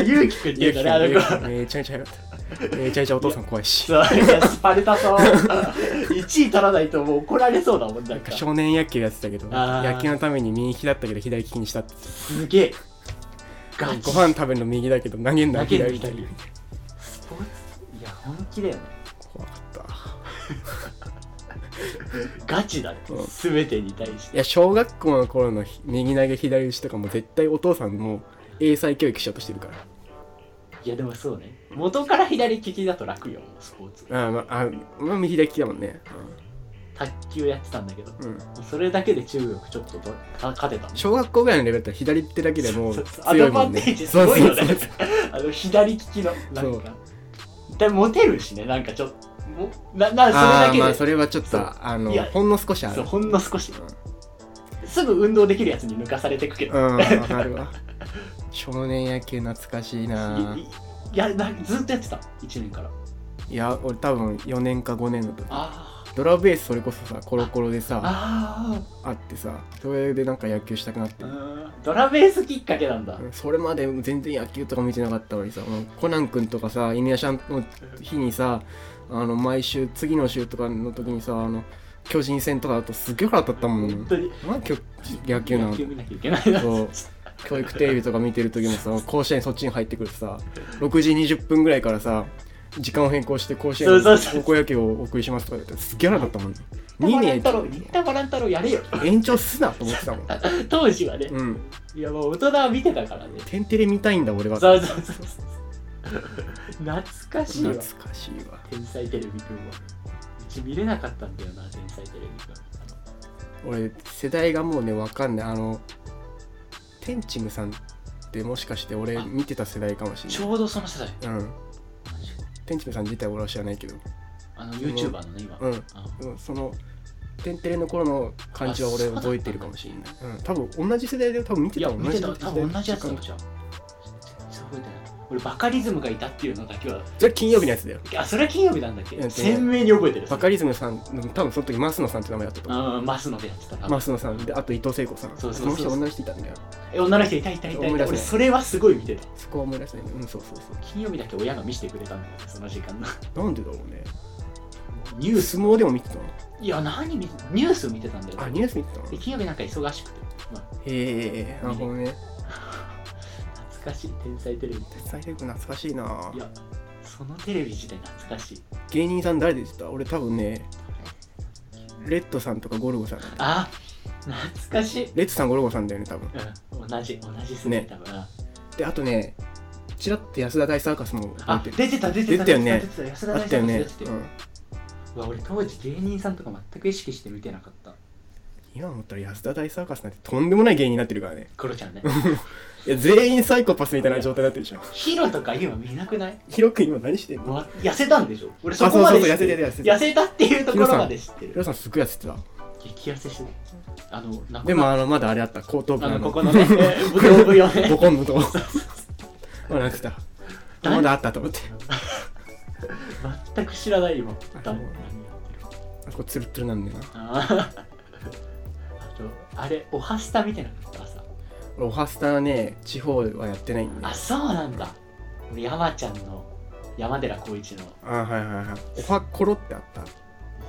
Speaker 2: ゆうきくんって
Speaker 1: ゆ
Speaker 2: いうう
Speaker 1: きく
Speaker 2: か
Speaker 1: ん
Speaker 2: ねあの子
Speaker 1: めちゃめちゃ早かっためちゃめちゃお父さん怖いし
Speaker 2: そういやスパルタそう1位取らないともう怒られそうだもんな
Speaker 1: なん
Speaker 2: ん
Speaker 1: か
Speaker 2: か
Speaker 1: 少年野球やってたけど
Speaker 2: あー
Speaker 1: 野球のために右利きだったけど左利きにしたって
Speaker 2: すげえガチ
Speaker 1: ご飯食べるの右だけど投げるのは
Speaker 2: 投げる
Speaker 1: 左
Speaker 2: の
Speaker 1: 利き
Speaker 2: 左スポーツいや本気だよね
Speaker 1: 怖かった
Speaker 2: ガチだね、
Speaker 1: うん
Speaker 2: 全てに対し
Speaker 1: い
Speaker 2: て
Speaker 1: や小学校の頃のひ右投げ左打ちとかも絶対お父さんもう英才教育しようとしてるから
Speaker 2: いやでもそうね元から左利きだと楽よスポーツ
Speaker 1: あーまあ、あーまあ、右利きだもんね、
Speaker 2: 卓球やってたんだけど
Speaker 1: うんうん、
Speaker 2: それだけで中国ちょっととか勝てたもん
Speaker 1: 小学校ぐらいのレベルだったら左手だけでもう
Speaker 2: そうそう
Speaker 1: 強い
Speaker 2: アドバ
Speaker 1: もんね
Speaker 2: ンテージすごいよね
Speaker 1: そうそうそう
Speaker 2: あの左利きのなんかでモテるしねなんかちょっともなな
Speaker 1: あ
Speaker 2: そ
Speaker 1: あま
Speaker 2: れ
Speaker 1: あ
Speaker 2: だけ
Speaker 1: そ
Speaker 2: で
Speaker 1: れはちょっと
Speaker 2: そう
Speaker 1: あの
Speaker 2: いや
Speaker 1: ほんの少しあ
Speaker 2: そ
Speaker 1: る
Speaker 2: うほんの少し
Speaker 1: うん
Speaker 2: すぐ運動できるやつに抜かされてくけど、
Speaker 1: うん、わかるわ。少年野球懐かし いない
Speaker 2: いいやなずっとやってた1年から
Speaker 1: いや、俺多分4年か5年の時。
Speaker 2: あー
Speaker 1: ドラベースそれこそさ、コロコロでさ、
Speaker 2: あ
Speaker 1: あってさ、それでなんか野球したくなって
Speaker 2: ーう。んドラベースきっかけなんだ、
Speaker 1: うんそれまで全然野球とか見てなかったのにさ、もうコナン君とかさ、犬屋シャンの日にさ、あの、毎週、次の週とかの時にさ、あの、巨人戦とかだとすっげえ腹立ったもん。
Speaker 2: 本当に
Speaker 1: なんで野球なの
Speaker 2: 野球見なきゃいけないな
Speaker 1: そう教育テレビとか見てる時もさ甲子園そっちに入ってくるとさ6時20分ぐらいからさ時間を変更して甲子園
Speaker 2: そうそうそう
Speaker 1: 高校野球をお送りしますとか言ってすっげえ腹だったもんね
Speaker 2: 新
Speaker 1: 2
Speaker 2: 田バラン
Speaker 1: 年
Speaker 2: 太郎新田バラン太郎やれよ
Speaker 1: 延長すなと思ってたもん
Speaker 2: 当時はね、
Speaker 1: うん
Speaker 2: いやもう大人は見てたからね
Speaker 1: 天てれ見たいんだ俺は
Speaker 2: そうそうそうそう懐かしいわ
Speaker 1: 懐かしいわ
Speaker 2: 天才テレビくんはうち見れなかったんだよな天才テレビくんあ
Speaker 1: 俺世代がもうねわかんないあの天チムさんってもしかして俺
Speaker 2: あ
Speaker 1: 見てた世代かもし
Speaker 2: の
Speaker 1: れ
Speaker 2: ちょうどその世代
Speaker 1: ないうん天チムさん自体俺は知らないけど
Speaker 2: あの YouTuber のね今、
Speaker 1: うん
Speaker 2: あ
Speaker 1: うんその「天てれ」の頃の感じは俺覚えてるかもしれない、うん、多分同じ世代で多分見て
Speaker 2: い
Speaker 1: た
Speaker 2: や
Speaker 1: もん
Speaker 2: 見てた多分同じやつだっ
Speaker 1: 時
Speaker 2: た
Speaker 1: 間
Speaker 2: じゃんそう覚えてない俺バカリズムがいたっていうのだけは
Speaker 1: それ金曜日のやつだよ
Speaker 2: あそれは金曜日なんだっ
Speaker 1: うん
Speaker 2: け
Speaker 1: と
Speaker 2: 鮮明に覚えてる
Speaker 1: バカリズムさんの多分その時増野さんって名前だったと思
Speaker 2: うんマスのでやってたな
Speaker 1: う増野さんであと伊藤聖子さん
Speaker 2: そうそうそう
Speaker 1: この人同じ人いたんだよ
Speaker 2: え女の人いたいたいたい
Speaker 1: 思い
Speaker 2: た
Speaker 1: 出せない
Speaker 2: 俺それはすごい見てた
Speaker 1: そこは思い出せないねうんそうそうそ
Speaker 2: 金曜日だけ親が見せてくれたんだよその時間 の
Speaker 1: うなんでだろうね
Speaker 2: ニュース
Speaker 1: 相撲でも見てたの
Speaker 2: いや何見てニュース見てたんだよ
Speaker 1: あニュース見てたの
Speaker 2: で金曜日なんか忙しくて、ま
Speaker 1: へえなるほどね
Speaker 2: あ、懐かしい天才テレビい
Speaker 1: 天才テレビ懐かしいな
Speaker 2: やそのテレビ自体懐かしい
Speaker 1: 芸人さん誰でした俺多分ねレッドさんとかゴルゴさん
Speaker 2: あ懐かしい。
Speaker 1: レッツさんゴルゴさんだよね多分
Speaker 2: うん、同じ、同じですね、
Speaker 1: ね
Speaker 2: 多分。うん
Speaker 1: であとねちらっと安田大サーカスも覚
Speaker 2: あ、
Speaker 1: えてる
Speaker 2: 出てた、出てた。
Speaker 1: 出てたよね
Speaker 2: 出てた安田
Speaker 1: あ
Speaker 2: 大
Speaker 1: った
Speaker 2: さ
Speaker 1: よ
Speaker 2: ん
Speaker 1: ね、
Speaker 2: 出て
Speaker 1: う
Speaker 2: た
Speaker 1: ん、
Speaker 2: うわ、俺当時芸人さんとか全く意識して見てなかった。
Speaker 1: 今思ったら安田大サーカスなんてとんでもない芸人になってるからね
Speaker 2: クロちゃんね。
Speaker 1: いや全員サイコパスみたいな状態になって るでしょ
Speaker 2: ヒロとか今見なくない
Speaker 1: ヒロ君今何してんの
Speaker 2: わ痩せたんでしょ俺そ
Speaker 1: あ
Speaker 2: こ
Speaker 1: そう
Speaker 2: ま
Speaker 1: そ
Speaker 2: で
Speaker 1: うそう
Speaker 2: 知
Speaker 1: 痩
Speaker 2: って
Speaker 1: せて
Speaker 2: る。
Speaker 1: る痩せてる
Speaker 2: 痩せたっていうところまで知って
Speaker 1: ヒロ
Speaker 2: る。
Speaker 1: さんすっごい痩せてた
Speaker 2: 激痩せしてる。あの、な
Speaker 1: でもあのまだあれあった後頭部
Speaker 2: あ
Speaker 1: の
Speaker 2: の、ここのね、ブヨブヨね
Speaker 1: ボ。コン のとこまだなくてたまだあったと思って
Speaker 2: 全く知らない今。
Speaker 1: あ
Speaker 2: だもん
Speaker 1: そう
Speaker 2: 何やってる
Speaker 1: あそこツルッツルなんだよな
Speaker 2: あーあと、あれ、おはスタ見てなかった朝。
Speaker 1: 俺おはスタはね地方はやってないんで
Speaker 2: あ、
Speaker 1: あ
Speaker 2: そうなんだ。俺、山ちゃんの、山寺宏一の、
Speaker 1: はいはいはいおはころってあった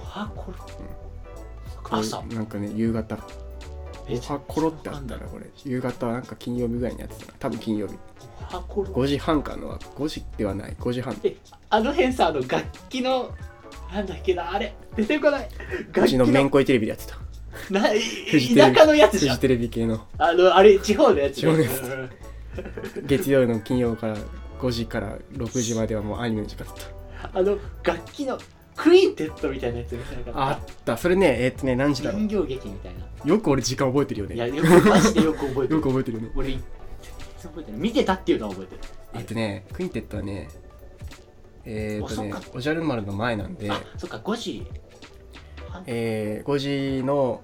Speaker 2: おはころ。
Speaker 1: こう
Speaker 2: 朝。
Speaker 1: なんかね夕方
Speaker 2: え
Speaker 1: おはころってあった
Speaker 2: わ
Speaker 1: ら
Speaker 2: かんない
Speaker 1: これ夕方なんか金曜日ぐらいにやってたな多分金曜日
Speaker 2: おはころ。
Speaker 1: 5時半かの5時ではない5時半
Speaker 2: え、あの辺さ、あの、楽器の、なんだっけな、あれ、出てこない。楽
Speaker 1: う
Speaker 2: 器
Speaker 1: ちの
Speaker 2: の、
Speaker 1: めんこいテレビでやってた
Speaker 2: な
Speaker 1: フジテレ
Speaker 2: 田
Speaker 1: ビ
Speaker 2: 舎のやつ
Speaker 1: フ
Speaker 2: じゃ
Speaker 1: ジ
Speaker 2: ん。
Speaker 1: テレビ系の
Speaker 2: あの、あれ、地方のやつ
Speaker 1: 地方のやつ月曜の金曜から5時から6時まではもうアニメの時間だった
Speaker 2: あの、楽器の、クインテットみたいなやつみたいな
Speaker 1: あったそれねえーっとね何時だろ
Speaker 2: 人
Speaker 1: う
Speaker 2: 形劇みたいな。
Speaker 1: よく俺時間覚えてるよ
Speaker 2: いや、
Speaker 1: ね
Speaker 2: よく、マジでよく覚えて
Speaker 1: よ
Speaker 2: る
Speaker 1: く。覚えてるよね
Speaker 2: 俺、全然覚えてない。見てたっていうのは覚えてる。
Speaker 1: えっとねクインテットはねえーっとね
Speaker 2: あそっか
Speaker 1: おじゃる丸の前なんで
Speaker 2: あ、そっか、5時。
Speaker 1: えー5時の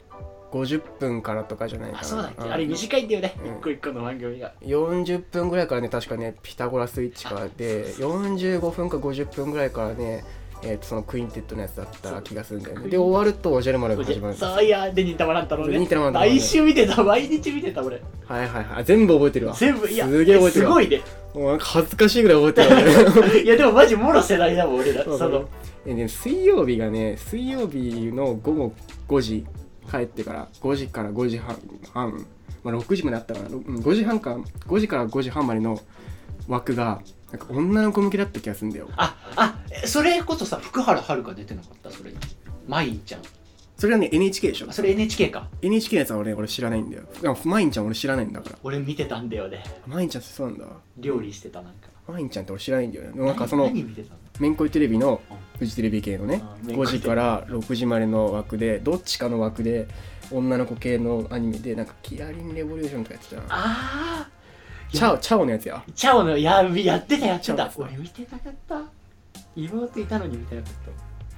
Speaker 1: 50分からとかじゃないかな
Speaker 2: あ、そうだっけ。
Speaker 1: ん
Speaker 2: あれ、短いんだよね
Speaker 1: う。ん
Speaker 2: 一個一個の番組が。
Speaker 1: 40分ぐらいからね確かねピタゴラスイッチからで45分か50分ぐらいからね、えーとそのクインテットのやつだった気がするんだよねで終わるとおじゃる丸が始まるんです
Speaker 2: そういや、で、ニタマランタロウね。
Speaker 1: ニタマランタロウね
Speaker 2: 毎週見てた、毎日見てた、俺。
Speaker 1: はいはいはい全部覚えてるわ
Speaker 2: 全部、いや、
Speaker 1: すげえ覚えてる
Speaker 2: す
Speaker 1: わ
Speaker 2: ごいね。
Speaker 1: もうなんか恥ずかしいぐらい覚えてるわ
Speaker 2: いや、でもマジ、もろ世代だもん、俺ら。その、
Speaker 1: でね水曜日がね水曜日の午後5時帰ってから5時から5時半半まあ、6時まであったかなうん5時半か5時から5時半までの枠がなんか女の子向けだった気がするんだよ
Speaker 2: あ、あ、えそれこそさ、福原遥出てなかった、それに。舞ちゃん。
Speaker 1: それはね NHK でしょ
Speaker 2: あそれ NHK か。
Speaker 1: NHK のやつは俺俺知らないんだよいやマインちゃん俺知らないんだから
Speaker 2: 俺見てたんだよね。
Speaker 1: マインちゃんってそうなんだ
Speaker 2: 料理してた、なんか。
Speaker 1: マインちゃんって俺知らないんだよねでもなんかその
Speaker 2: 何何見てたの
Speaker 1: めんこいテレビの
Speaker 2: うん
Speaker 1: フジテレビ系のね
Speaker 2: あー
Speaker 1: 5時から6時までの枠でどっちかの枠で女の子系のアニメでなんかキラリンレボリューションとかやってたな
Speaker 2: あ
Speaker 1: チャオチャオのやつや
Speaker 2: チャオのややってたやって
Speaker 1: チャオ
Speaker 2: た
Speaker 1: ですか
Speaker 2: 俺見てなかった妹いたのに見てなかっ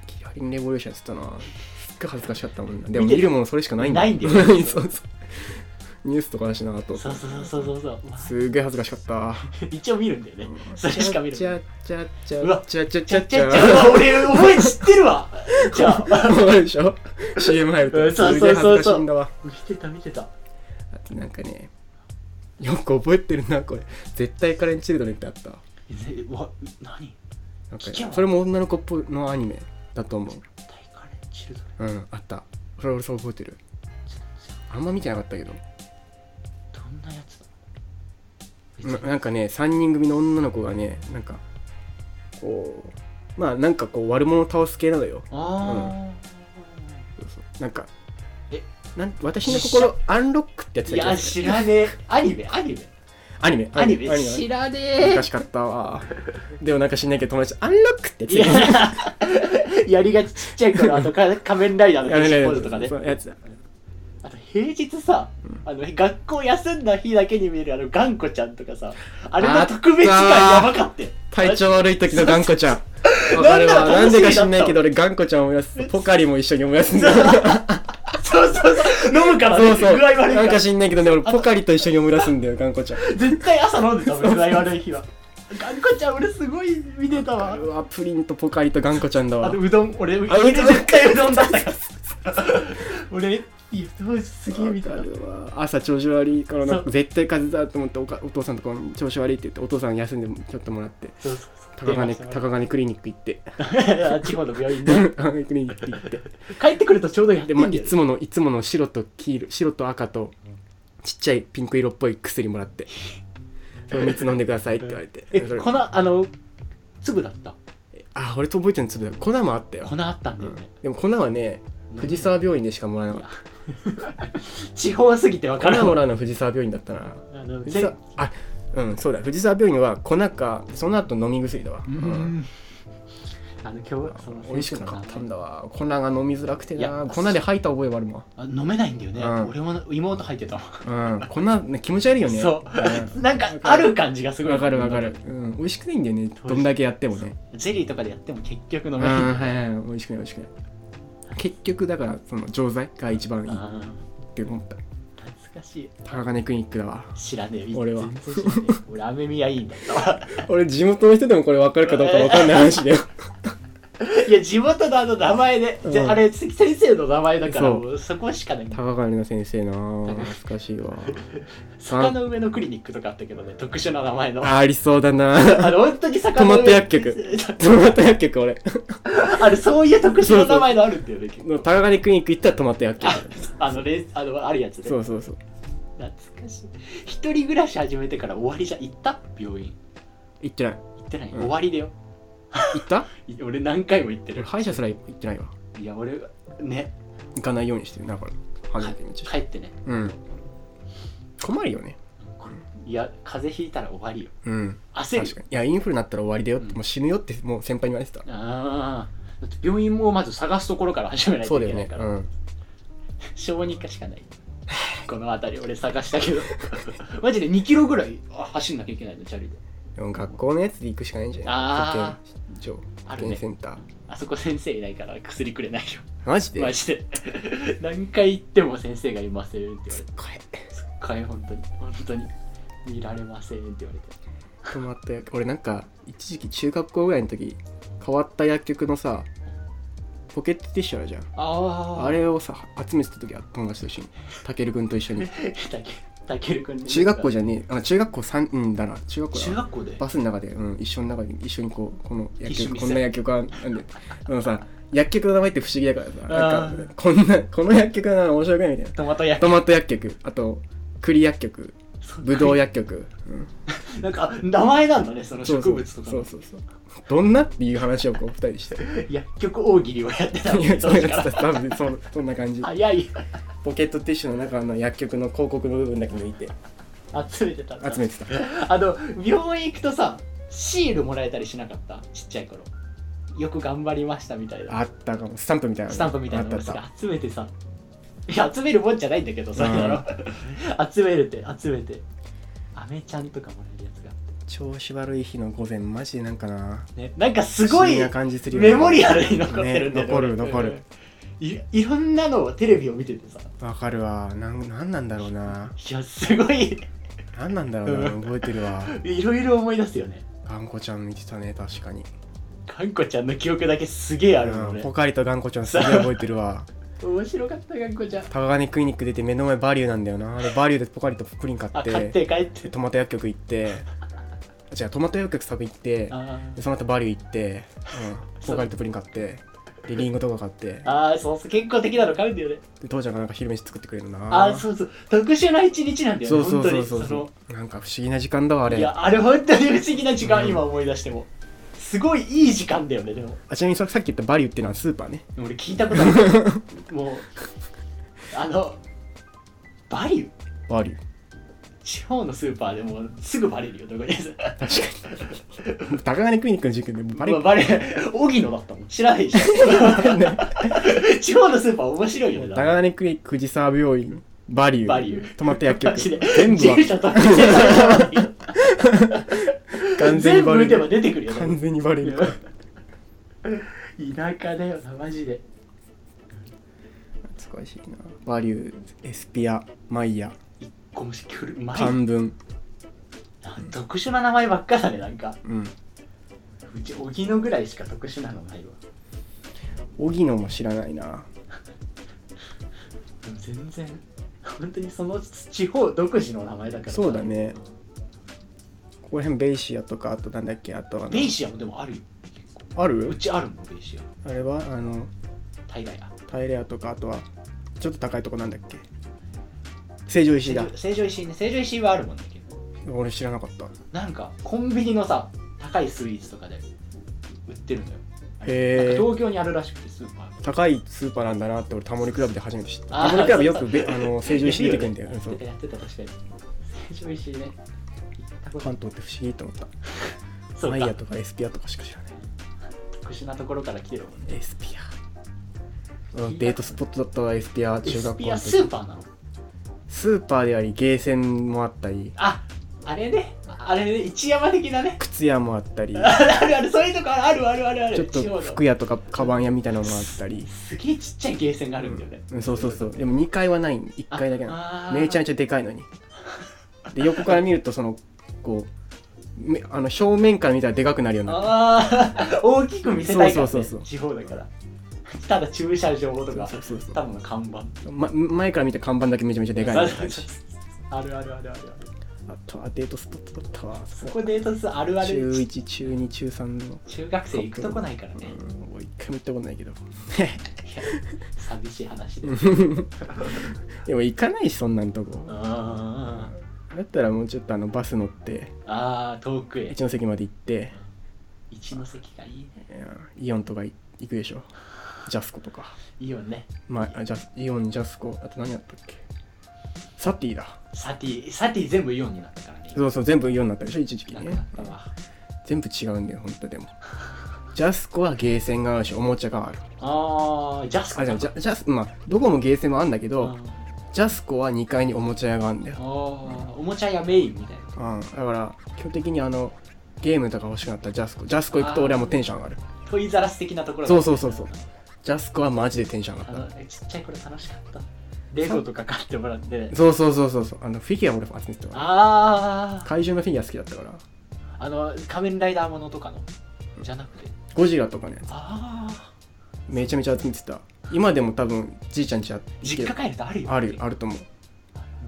Speaker 1: キラリンレボリューションやってたなすっごい恥ずかしかったもんな
Speaker 2: て
Speaker 1: でも見るものそれしかないんだ
Speaker 2: ないんだよ
Speaker 1: そうそうニュースとかだしなあと
Speaker 2: た
Speaker 1: す
Speaker 2: そうそうそうそうそう、まあ
Speaker 1: っげえ恥ずかしかった
Speaker 2: 一応見るんだよねそれしか見る
Speaker 1: チャチャチ
Speaker 2: う
Speaker 1: ャ
Speaker 2: わ
Speaker 1: チャチャチ
Speaker 2: ちゃ
Speaker 1: ャ
Speaker 2: ち
Speaker 1: チャ
Speaker 2: ゃちゃ 俺覚え知ってる わじゃあ
Speaker 1: わかるでしょ ?CM 入る
Speaker 2: う
Speaker 1: と
Speaker 2: んそう
Speaker 1: す
Speaker 2: そ
Speaker 1: げえ
Speaker 2: うそ
Speaker 1: 恥
Speaker 2: うそう
Speaker 1: ずかしいんだわ
Speaker 2: 見てた見てた
Speaker 1: あとなんかねよく覚えてるなこれ絶対カレンチルドレンってあった
Speaker 2: えわ何
Speaker 1: なん
Speaker 2: 聞けよ
Speaker 1: かそれも女の子っぽいのアニメだと思う
Speaker 2: 大カレンチルドレン
Speaker 1: うんあったそれ俺そう覚えてる
Speaker 2: ちょ
Speaker 1: あんま見てなかったけ
Speaker 2: ちょ
Speaker 1: ど
Speaker 2: どんなやつだ
Speaker 1: ななんかね3人組の女の子がねなんかこうまあなんかこう悪者を倒す系なのよ
Speaker 2: あ
Speaker 1: そうそうなんか
Speaker 2: え
Speaker 1: なん私の心アンロックってやつ
Speaker 2: あ
Speaker 1: だ
Speaker 2: い
Speaker 1: っけ
Speaker 2: や知らねえアニメアニメ
Speaker 1: アニメ
Speaker 2: アニメ
Speaker 1: アニメ
Speaker 2: 知らねえ
Speaker 1: 難しかった わでもなんか知んないけど友達アンロックってやつ
Speaker 2: いや、や りがちちっちゃい頃、あとか仮面ライダーのヘッジポーズとかね
Speaker 1: そ。うやつだ
Speaker 2: あと平日さ、あの学校休んだ日だけに見えるあの頑固ちゃんとかさ、あれの特別感やばかったよ。
Speaker 1: 体調悪い時の頑固ちゃんわ
Speaker 2: な
Speaker 1: か
Speaker 2: ん
Speaker 1: る
Speaker 2: な
Speaker 1: わ
Speaker 2: ら
Speaker 1: な
Speaker 2: 楽
Speaker 1: ん
Speaker 2: しみだった
Speaker 1: でか知んないけど俺頑固ちゃんを思い出すポカリも一緒に思い出すんだよ
Speaker 2: そうそうそう、飲むから
Speaker 1: そ
Speaker 2: ね、
Speaker 1: うそう
Speaker 2: 具合悪い
Speaker 1: な
Speaker 2: か。
Speaker 1: んから知んないけどね俺ポカリと一緒に思い出すんだよ頑固ちゃん
Speaker 2: 絶対朝飲んでたもん、具合悪い日は。頑固ちゃん、俺すごい見てたわ。
Speaker 1: うわプリンとポカリと頑固ちゃんだ
Speaker 2: あ
Speaker 1: わ
Speaker 2: とうどん、俺、家
Speaker 1: あうどん
Speaker 2: で絶対うどんだった から。俺、いや当時すげえ見
Speaker 1: わ
Speaker 2: て
Speaker 1: か
Speaker 2: た。
Speaker 1: るわ朝調子悪いからなん
Speaker 2: そ
Speaker 1: か絶対風邪だと思っておかお父さんとかに調子悪いって言ってお父さん休んでちょっともらって
Speaker 2: そうそうそう
Speaker 1: 高金高金クリニック行って
Speaker 2: 地方の病院で。
Speaker 1: 高金クリニック行って
Speaker 2: 帰ってくるとちょうどやって
Speaker 1: で、
Speaker 2: んだ
Speaker 1: ま
Speaker 2: よ
Speaker 1: あ、いつものいつもの白と黄色白と赤とちっちゃいピンク色っぽい薬も らって「その3つ飲んでください」って言われて
Speaker 2: え
Speaker 1: それ
Speaker 2: 粉あの粒だった
Speaker 1: あ俺と覚えてるの粒だ粉もあったよ
Speaker 2: 粉あったんだよね、
Speaker 1: でも粉はね藤沢病院でしかもらえなかっ
Speaker 2: 地方すぎてわ
Speaker 1: コ
Speaker 2: から
Speaker 1: ナ
Speaker 2: ん
Speaker 1: モ
Speaker 2: わ
Speaker 1: ラの藤沢病院だったな
Speaker 2: あの
Speaker 1: 藤沢
Speaker 2: ぜ
Speaker 1: あうんそうだ藤沢病院は粉かその後飲み薬だわ、うん
Speaker 2: あの今日その
Speaker 1: 美味しくなかったんだわ粉が飲みづらくて
Speaker 2: いや
Speaker 1: な粉で吐いた覚えはあるもん
Speaker 2: あ飲めないんだよね、
Speaker 1: うん
Speaker 2: 俺も妹入ってたわ
Speaker 1: うん、こんなね気持ち悪いよね。
Speaker 2: そなんかある感じが す
Speaker 1: うん
Speaker 2: ごい
Speaker 1: わかるわかる。うん、美味しくないんだよね。どんだけやってもね。
Speaker 2: ゼリーとかでやっても結局飲
Speaker 1: うん、
Speaker 2: めない、
Speaker 1: はいはい、美味しくない美味しくない。結局だからその錠剤が一番いいっ
Speaker 2: あ
Speaker 1: て思った。
Speaker 2: ー懐かしい
Speaker 1: 高金クリニックだわ。
Speaker 2: 知らねえ
Speaker 1: 俺は
Speaker 2: 全然知らねえ俺アメミヤいいんだ けど
Speaker 1: 俺地元の人でもこれわかるかどうかわかんない話だよ。
Speaker 2: いや地元のあの名前で、じゃ
Speaker 1: うん
Speaker 2: あれ先生の名前だから
Speaker 1: そう
Speaker 2: もうそこしかね
Speaker 1: 高金の先生なぁ懐かしいわ。
Speaker 2: 坂の上のクリニックとかあったけどね特殊な名前のあ
Speaker 1: あありそうだなぁ。
Speaker 2: の本当に坂の上
Speaker 1: トマト薬局トマト薬局俺。
Speaker 2: あれそういう特殊な名前のあるんだよね結構
Speaker 1: 高金クリニック行ったらトマト薬
Speaker 2: あ
Speaker 1: 局。
Speaker 2: あのレあのあるやつで
Speaker 1: そうそうそう。
Speaker 2: 懐かしい一人暮らし始めてから終わりじゃ行った病院
Speaker 1: 行ってない。
Speaker 2: 行ってない、
Speaker 1: うん
Speaker 2: 終わりだよ
Speaker 1: 行った
Speaker 2: い俺何回も行って
Speaker 1: 俺
Speaker 2: る
Speaker 1: 歯医者すら行ってないわ。
Speaker 2: いや俺ね
Speaker 1: 行かないようにしてるな、これ。初めて道して。
Speaker 2: 帰ってね
Speaker 1: うん困るよね
Speaker 2: いや風邪ひいたら終わりよ
Speaker 1: うん
Speaker 2: 焦
Speaker 1: 確
Speaker 2: る
Speaker 1: かにいやインフルになったら終わりだよって、
Speaker 2: うん
Speaker 1: もう死ぬよってもう先輩に言われてた
Speaker 2: ああだって病院もまず探すところから始めないと
Speaker 1: そうだ
Speaker 2: いけ
Speaker 1: よ
Speaker 2: ない
Speaker 1: ね
Speaker 2: から、
Speaker 1: うん
Speaker 2: 小児科しかないこの辺り俺探したけど マジで2キロぐらいあ走んなきゃいけないのチャリで
Speaker 1: でも学校のやつで行くしかないんじゃない
Speaker 2: あ
Speaker 1: 保健所
Speaker 2: あ
Speaker 1: 保
Speaker 2: る
Speaker 1: 健
Speaker 2: ね
Speaker 1: センター、
Speaker 2: あそこ先生いないから薬くれないよ
Speaker 1: マジで
Speaker 2: マジで 何回行っても先生がいませんって言われて
Speaker 1: これ
Speaker 2: すっごい本当に本当に見られませんって言われて
Speaker 1: 困った薬俺なんか一時期中学校ぐらいの時変わった薬局のさポケットティッシュあるじゃん
Speaker 2: あ
Speaker 1: あれをさ集めてた時は友達と一緒にたけるくんと一緒に
Speaker 2: たけたけるくんに
Speaker 1: 中学校じゃねえあ中学校3うんだな中学校だな
Speaker 2: 中学校で
Speaker 1: バスの中で、うん、一緒の中で一緒にこうこの薬
Speaker 2: 一緒
Speaker 1: 局
Speaker 2: に
Speaker 1: こんな薬局あんなんであのさ薬局の名前って不思議だからさ
Speaker 2: あ
Speaker 1: なん
Speaker 2: ー
Speaker 1: かこんなこの薬局の名前面白くないみたいな
Speaker 2: トマト焼
Speaker 1: トマト薬局あと栗薬局
Speaker 2: き
Speaker 1: ぶどう薬局、うん、
Speaker 2: なんか名前なんだねその植物とか
Speaker 1: そ
Speaker 2: の
Speaker 1: うそうそうどんなっていう話をこう二人でして
Speaker 2: 薬局大喜利をやってたの
Speaker 1: いや そう
Speaker 2: 当
Speaker 1: や
Speaker 2: 時
Speaker 1: って
Speaker 2: から
Speaker 1: た多分そそんな感じ
Speaker 2: 早い
Speaker 1: ポケットティッシュの中の薬局の広告の部分だけ抜いて
Speaker 2: 集めてたんだ
Speaker 1: 集めてた
Speaker 2: あの病院行くとさシールもらえたりしなかったちっちゃい頃よく頑張りましたみたいな
Speaker 1: あったかもスタンプみたいなの
Speaker 2: スタンプみたいな
Speaker 1: あ
Speaker 2: の
Speaker 1: ったあっ
Speaker 2: さ集めてさいや集めるもんじゃないんだけどさ、
Speaker 1: うん
Speaker 2: あの集めるって集めてアメちゃんとかもらえるやつが
Speaker 1: た調子悪い日の午前マジでなんかな
Speaker 2: ね、なんかすご
Speaker 1: 不思
Speaker 2: い
Speaker 1: 議な感じするよね
Speaker 2: メモリアルに残ってるんだよ
Speaker 1: ね残る残る
Speaker 2: いいろんなのをテレビを見ててさ
Speaker 1: わかるわなんなんなんだろうない
Speaker 2: やすごい
Speaker 1: なんなんだろう な
Speaker 2: うん
Speaker 1: 覚えてるわ
Speaker 2: いろいろ思い出すよね
Speaker 1: がんこちゃん見てたね確かに
Speaker 2: かんこちゃんの記憶だけすげえあるもん
Speaker 1: うん
Speaker 2: ね
Speaker 1: ポカリとがんこちゃんすげえ覚えてるわ
Speaker 2: 面白かったかんこちゃん
Speaker 1: タガガネクリニック出て目の前バリューなんだよなでバリューでポカリとプリン買
Speaker 2: あ
Speaker 1: っ
Speaker 2: 買ってて帰って
Speaker 1: トマト薬局行ってあ違うトマト薬局先行って
Speaker 2: あ
Speaker 1: でその後バリュー行って、うん、
Speaker 2: そう
Speaker 1: ポカリとプリン買ってでリンゴとか買って
Speaker 2: ーあーそうそう健康的なの買うんだよね
Speaker 1: で父ちゃんがなんか昼飯作ってくれるのな
Speaker 2: ああーそうそう特殊な一日なんだよ
Speaker 1: そ
Speaker 2: ね
Speaker 1: うそうそう
Speaker 2: 本当
Speaker 1: そう
Speaker 2: にその
Speaker 1: なんか不思議な時間だわあれ
Speaker 2: いやあれ本当に不思議な時間、
Speaker 1: うん
Speaker 2: 今思い出してもすごいいい時間だよねでも
Speaker 1: あちなみにささっき言ったバリューっていうのはスーパーね
Speaker 2: 俺聞いたことあ るもうあのバリュー
Speaker 1: バリュー
Speaker 2: 地方のスーパーでもうすぐバレるよどこです
Speaker 1: 高金クリニックの時期で
Speaker 2: バ
Speaker 1: バリ
Speaker 2: レ
Speaker 1: ュー
Speaker 2: バレ荻野だったもん知らないでし ょ 地方のスーパー面白いよねだから
Speaker 1: 長谷区藤沢病院バリュー
Speaker 2: バリュー
Speaker 1: トマト薬
Speaker 2: マジで
Speaker 1: 局全部は
Speaker 2: 住所と店先
Speaker 1: 完全に
Speaker 2: 全
Speaker 1: バ
Speaker 2: 部
Speaker 1: リ
Speaker 2: 見て
Speaker 1: ュ
Speaker 2: も
Speaker 1: ー
Speaker 2: 出てくるよ
Speaker 1: 完
Speaker 2: ね
Speaker 1: 全にバリュー
Speaker 2: 田舎だよなマジで
Speaker 1: 懐かしいなバリューエスピアマイヤ
Speaker 2: 一個もし来る前
Speaker 1: 漢文
Speaker 2: 特殊な名前ばっかだねなんか
Speaker 1: うん
Speaker 2: うち荻野ぐらいしか特殊なのないわ
Speaker 1: 荻野も知らないな
Speaker 2: でも全然本当にその地方独自の名前だから
Speaker 1: そうだねここら辺ベイシアとかあとなんだっけあとあの
Speaker 2: ベイシアもでもあるよ結構
Speaker 1: あ
Speaker 2: う
Speaker 1: る
Speaker 2: ちあるもんベイシア
Speaker 1: あれはあの
Speaker 2: 大概あ
Speaker 1: タイレアとかあとはちょっと高いとこなんだっけ成城石井だ
Speaker 2: 成城石井ね成城石井はあるもんだけど
Speaker 1: 俺知らなかった
Speaker 2: なんかコンビニのさ高いスイーツとかで売ってるのよなんか
Speaker 1: へえ
Speaker 2: 東京にあるらしくてスーパー
Speaker 1: 高いスーパーなんだなって俺タモリクラブで初めて知った
Speaker 2: あー
Speaker 1: タモリクラブよくべあの成城石井出てくるんだよ
Speaker 2: や
Speaker 1: ね
Speaker 2: って
Speaker 1: そう
Speaker 2: たやってた確かに成城石井ね行ったこと
Speaker 1: 関東って不思議と思った
Speaker 2: そう
Speaker 1: マ
Speaker 2: か
Speaker 1: イヤとかエスピアとかしか知らない
Speaker 2: 特殊なところから来てるもんね
Speaker 1: エスピアうんデートスポットだったわエスピア中学校
Speaker 2: SP
Speaker 1: の
Speaker 2: は
Speaker 1: 時
Speaker 2: スーパーなの
Speaker 1: スーパーでありゲーセンもあったり
Speaker 2: ああれねあれね一山的なね
Speaker 1: 靴屋もあったり
Speaker 2: あるあるあるそういうとこあるあるあるある
Speaker 1: ちょっと服屋とかカバン屋みたいなのもあったり
Speaker 2: すげえちっちゃいゲーセンがあるんだよね、
Speaker 1: うんそうそうそうでも2階はない1階だけな
Speaker 2: な
Speaker 1: のめちゃめ
Speaker 2: ち
Speaker 1: ちゃでかいのにで横から見るとそのこうめあの正面から見たらでかくなるような
Speaker 2: あー大きく見せたいから、ね、
Speaker 1: そうそうそうそう
Speaker 2: 地方だからただ注射場とか
Speaker 1: そうそうそう
Speaker 2: 多分の看板
Speaker 1: ま、前から見た看板だけめちゃめちゃでかいのに
Speaker 2: そうそうそうあるあるあるある
Speaker 1: あとはデートスポットだったわ
Speaker 2: そこデート数あるあ
Speaker 1: 中
Speaker 2: る
Speaker 1: 1中2中3の
Speaker 2: 中学生行くとこないからね
Speaker 1: うんもう一回も行ったこ とないけど
Speaker 2: いや 寂しい話で
Speaker 1: でも行かないしそんなんとこ
Speaker 2: あ
Speaker 1: だったらもうちょっとあのバス乗って
Speaker 2: あー遠くへ
Speaker 1: 一ノ関まで行って
Speaker 2: 一ノ関がいいね
Speaker 1: うんイオンとかい行くでしょジャスコとか、
Speaker 2: いいよね
Speaker 1: まあ、あジャスイオンジャスコあと何やったっけサティだ
Speaker 2: サティサティ全部イオンになったからね
Speaker 1: そうそう全部イオンになったでしょ一時期
Speaker 2: なんか
Speaker 1: ね
Speaker 2: あったわ
Speaker 1: 全部違うんだよ本当でもジャスコはゲーセンがあるしおもちゃがある
Speaker 2: あージャスコ
Speaker 1: あじゃあジャジャスまあどこもゲーセンもあんだけど、ジャスコは2階におもちゃ屋があるんだ
Speaker 2: あ
Speaker 1: よ、
Speaker 2: ーおもちゃやメインみたいな
Speaker 1: うん、だから基本的にあのゲームとか欲しくなったらジャスコジャスコ行くと俺はもうテンション上がる
Speaker 2: トイザらス的なところ
Speaker 1: そう
Speaker 2: う
Speaker 1: そうそうそうジャスコはマジでテンション上
Speaker 2: あ
Speaker 1: がっ
Speaker 2: のちっちゃい頃楽しかったレゴとか買ってもら って
Speaker 1: たそうそうそうそうそうあのフィギュア俺集めてたから
Speaker 2: あ
Speaker 1: 怪獣のフィギュア好きだったから
Speaker 2: ああの仮面ライダーものとかのじゃなくて
Speaker 1: ゴジラとかね
Speaker 2: ああ
Speaker 1: めちゃめちゃ集めてた今でも多分じいちゃんちあ
Speaker 2: 実家帰るとあるよ
Speaker 1: あるあると思う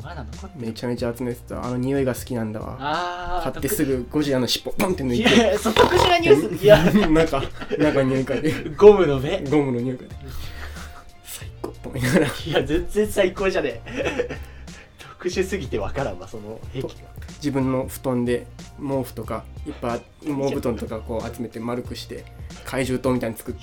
Speaker 2: まだ残ってる
Speaker 1: めちゃめちゃ集めてたあの匂いが好きなんだわ
Speaker 2: あ
Speaker 1: 買
Speaker 2: あ
Speaker 1: ってすぐゴジラの尻尾ポンって抜
Speaker 2: い
Speaker 1: いて
Speaker 2: やそう特殊なニュ ースいや
Speaker 1: なんかなんか匂い嗅いで
Speaker 2: ゴムの目
Speaker 1: ゴムの匂い嗅いで最高と思いながら
Speaker 2: いや全然最高じゃねえ特殊すぎてわからんわその兵器が
Speaker 1: 自分の布団で毛布とかいっぱい毛布団とかこう集めて丸くして怪獣島みたいに作って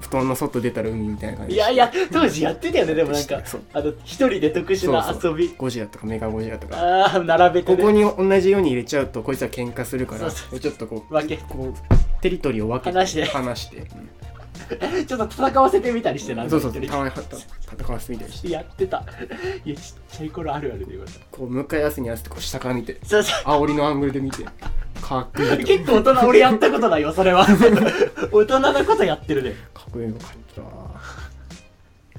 Speaker 1: 布団の外出たら海みたいな感じ
Speaker 2: いやいや当時やってたよねでもなんか
Speaker 1: そう
Speaker 2: あの一人で特殊な遊び
Speaker 1: ゴジラとかメガゴジラとか
Speaker 2: ああ並べて
Speaker 1: こ
Speaker 2: ね
Speaker 1: こに同じように入れちゃうとこいつは喧嘩するか
Speaker 2: そう
Speaker 1: ら
Speaker 2: そう
Speaker 1: ちょっとこう
Speaker 2: 分け
Speaker 1: こうテリトリーを分けて
Speaker 2: 離して
Speaker 1: 離してうん
Speaker 2: ちょっと戦わせてみたりしてな
Speaker 1: そうそうそう
Speaker 2: 一
Speaker 1: た
Speaker 2: 人
Speaker 1: まに戦わせてみたりして
Speaker 2: でやってたいやちっちゃい頃あるあるでよかっ
Speaker 1: こう向かい合わせに合わせてこう下から見て
Speaker 2: たそうそう
Speaker 1: 煽りのアングルで見てかっこいいと
Speaker 2: 結構大人俺やったことないよそれ は大人なことやってるね
Speaker 1: かっこいいのかったわ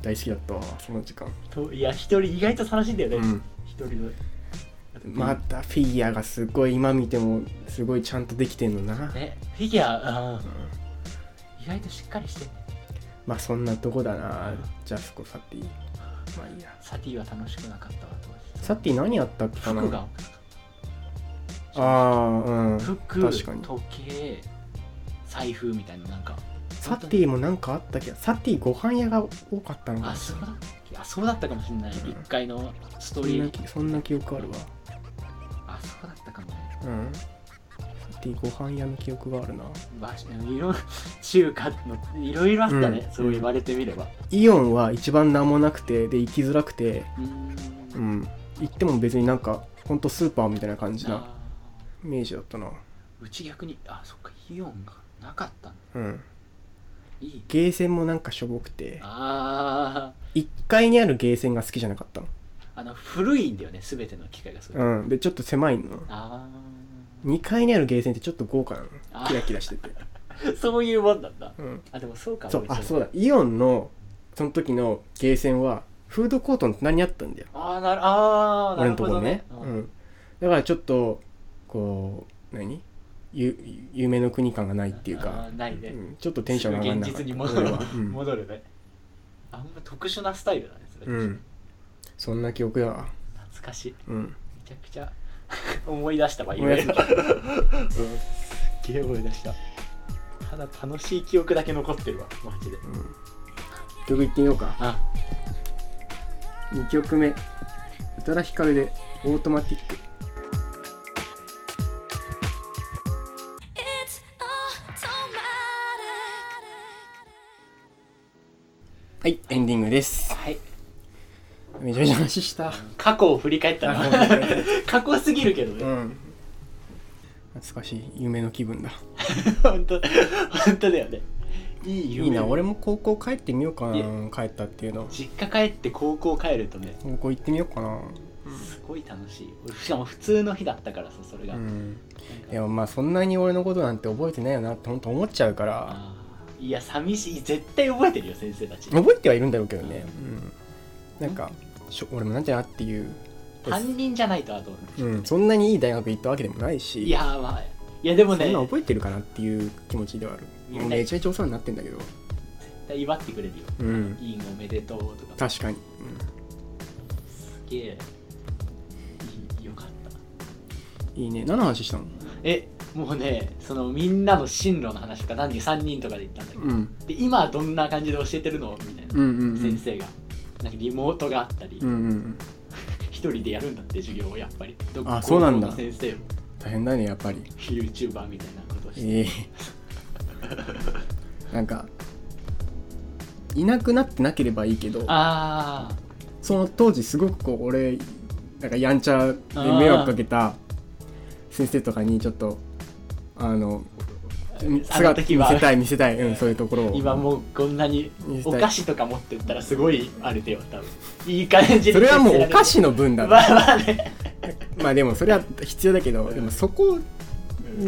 Speaker 1: 大好きだったわその時間
Speaker 2: といや一人意外と楽しいんだよね
Speaker 1: うん
Speaker 2: 一、人の
Speaker 1: またフィギュアがすごい今見てもすごいちゃんとできてんのな、
Speaker 2: ねフィギュアあー意外としっかりしてるね
Speaker 1: まあそんなとこだなジャスコサティまあいいや
Speaker 2: サティは楽しくなかったわ当
Speaker 1: サティ何やったっけか
Speaker 2: 時
Speaker 1: な
Speaker 2: 服が
Speaker 1: ああうん
Speaker 2: 服
Speaker 1: 確かに
Speaker 2: 時計財布みたいななんか
Speaker 1: サティもなんかあったけどサティご飯屋が多かったのか
Speaker 2: あ
Speaker 1: な
Speaker 2: そうだっけあそうだったかもしれない、
Speaker 1: うん
Speaker 2: 1階のストー
Speaker 1: そ
Speaker 2: リ
Speaker 1: んな
Speaker 2: ー
Speaker 1: 記そんな記憶あるわ
Speaker 2: あそうだったかもね
Speaker 1: うんサティご飯屋の記憶があるな
Speaker 2: 場所いろ中華のいろいろあったね、
Speaker 1: うん
Speaker 2: そう言われてみれば
Speaker 1: イオンは一番何もなくてで行きづらくて
Speaker 2: うー
Speaker 1: うんん行っても別になんかほんとスーパーみたいな感じな
Speaker 2: あ
Speaker 1: イメージだったな
Speaker 2: ーうち逆にあそっかイオンがなかったの
Speaker 1: うん
Speaker 2: いい
Speaker 1: ゲーセンもなんかしょぼくて
Speaker 2: あ
Speaker 1: 1階にあるゲーセンが好きじゃなかったの
Speaker 2: ーあの古いんだよね全ての機械がそういう、
Speaker 1: うんでちょっと狭いの
Speaker 2: あ
Speaker 1: 2階にあるゲーセンってちょっと豪華な
Speaker 2: あ
Speaker 1: のキラキラしてて
Speaker 2: ーそういうもんなんだ
Speaker 1: うん
Speaker 2: あでもそうかも
Speaker 1: そうあそう
Speaker 2: う
Speaker 1: だイオンのその時のゲーセンはフードコートの隣にあったんだよ
Speaker 2: あーなるあーな
Speaker 1: 俺
Speaker 2: る
Speaker 1: のと
Speaker 2: ほ
Speaker 1: ころ
Speaker 2: ど
Speaker 1: ね
Speaker 2: ね
Speaker 1: う
Speaker 2: うん
Speaker 1: んだからちょっとこう何ゆ夢の国感がないっていう
Speaker 2: あ
Speaker 1: か
Speaker 2: ーないね
Speaker 1: うんちょっとテンションが上がらなかった
Speaker 2: すぐ現実に戻る
Speaker 1: 俺はうん
Speaker 2: 戻るねあんま特殊なスタイルだねそれ、
Speaker 1: うんそんな記憶だわ
Speaker 2: 懐かしい
Speaker 1: うん
Speaker 2: めちゃくちゃ 思い出したわ
Speaker 1: 思い出
Speaker 2: 今
Speaker 1: す
Speaker 2: すっげえ思い出したただ楽しい記憶だけ残ってるわマジで
Speaker 1: 曲いってみようか
Speaker 2: あ
Speaker 1: 2曲目宇多田ヒカルで「オートマティック
Speaker 3: It's automatic.
Speaker 1: はいエンディングです
Speaker 2: はい
Speaker 1: めちゃめちゃ話した
Speaker 2: 過去を振り返 ったら過去すぎるけど
Speaker 1: う
Speaker 2: ね
Speaker 1: ん懐かしい夢の気分だ
Speaker 2: 本当本当だよねいい夢
Speaker 1: いいな俺も高校帰ってみようかない帰ったっていうの
Speaker 2: 実家帰って高校帰るとね
Speaker 1: 高校行ってみようかな
Speaker 2: すごい楽しい俺しかも普通の日だったからさそれが、
Speaker 1: う
Speaker 2: なん
Speaker 1: ん
Speaker 2: か
Speaker 1: でもまあそんなに俺のことなんて覚えてないよなって本当思っちゃうから
Speaker 2: あーいや寂しい絶対覚えてるよ先生たち
Speaker 1: 覚えてはいるんだろうけどね、うん、なんかしょ俺もなんじゃなっていう、
Speaker 2: 担任じゃないとあと、
Speaker 1: うん、そんなにいい大学行ったわけでもないし
Speaker 2: いやーまあいやでも
Speaker 1: そん
Speaker 2: ね
Speaker 1: な覚えてるかなっていう気持ちではある
Speaker 2: いや
Speaker 1: もうめちゃめちゃお世話になってんだけど
Speaker 2: 祝ってくれるよ
Speaker 1: うん
Speaker 2: 委員おめでとうとか
Speaker 1: 確かに、
Speaker 2: すげえいいよかった
Speaker 1: うん、いいね何の話したの
Speaker 2: えもうねそのみんなの進路の話とか何人3人とかで言ったんだけど、
Speaker 1: うん
Speaker 2: で今はどんな感じで教えてるのみたいな、
Speaker 1: うんうんうん
Speaker 2: 先生がなんかリモートがあったり、
Speaker 1: うんうんうん
Speaker 2: 一人でやるんだって授業をやっぱりどっ
Speaker 1: あそうなんだ
Speaker 2: 高校の先生も
Speaker 1: 大変だねやっぱり
Speaker 2: YouTuber みたいなことをして、
Speaker 1: ええなんかいなくなってなければいいけど
Speaker 2: ああ
Speaker 1: その当時すごくこう俺なんかやんちゃで迷惑かけた先生とかにちょっとあの
Speaker 2: あの
Speaker 1: 姿
Speaker 2: 時
Speaker 1: 見
Speaker 2: は
Speaker 1: せたい見せたい、うん、そういうところを
Speaker 2: 今もうこんなに
Speaker 1: 見せ
Speaker 2: お
Speaker 1: たい
Speaker 2: 菓子とか持ってったらすごいあれだよ多分いい感じに
Speaker 1: それはもうお菓
Speaker 2: 子
Speaker 1: 子の分だ
Speaker 2: ま
Speaker 1: な
Speaker 2: あまあね
Speaker 1: まあでもそれは必要だけどでもそこ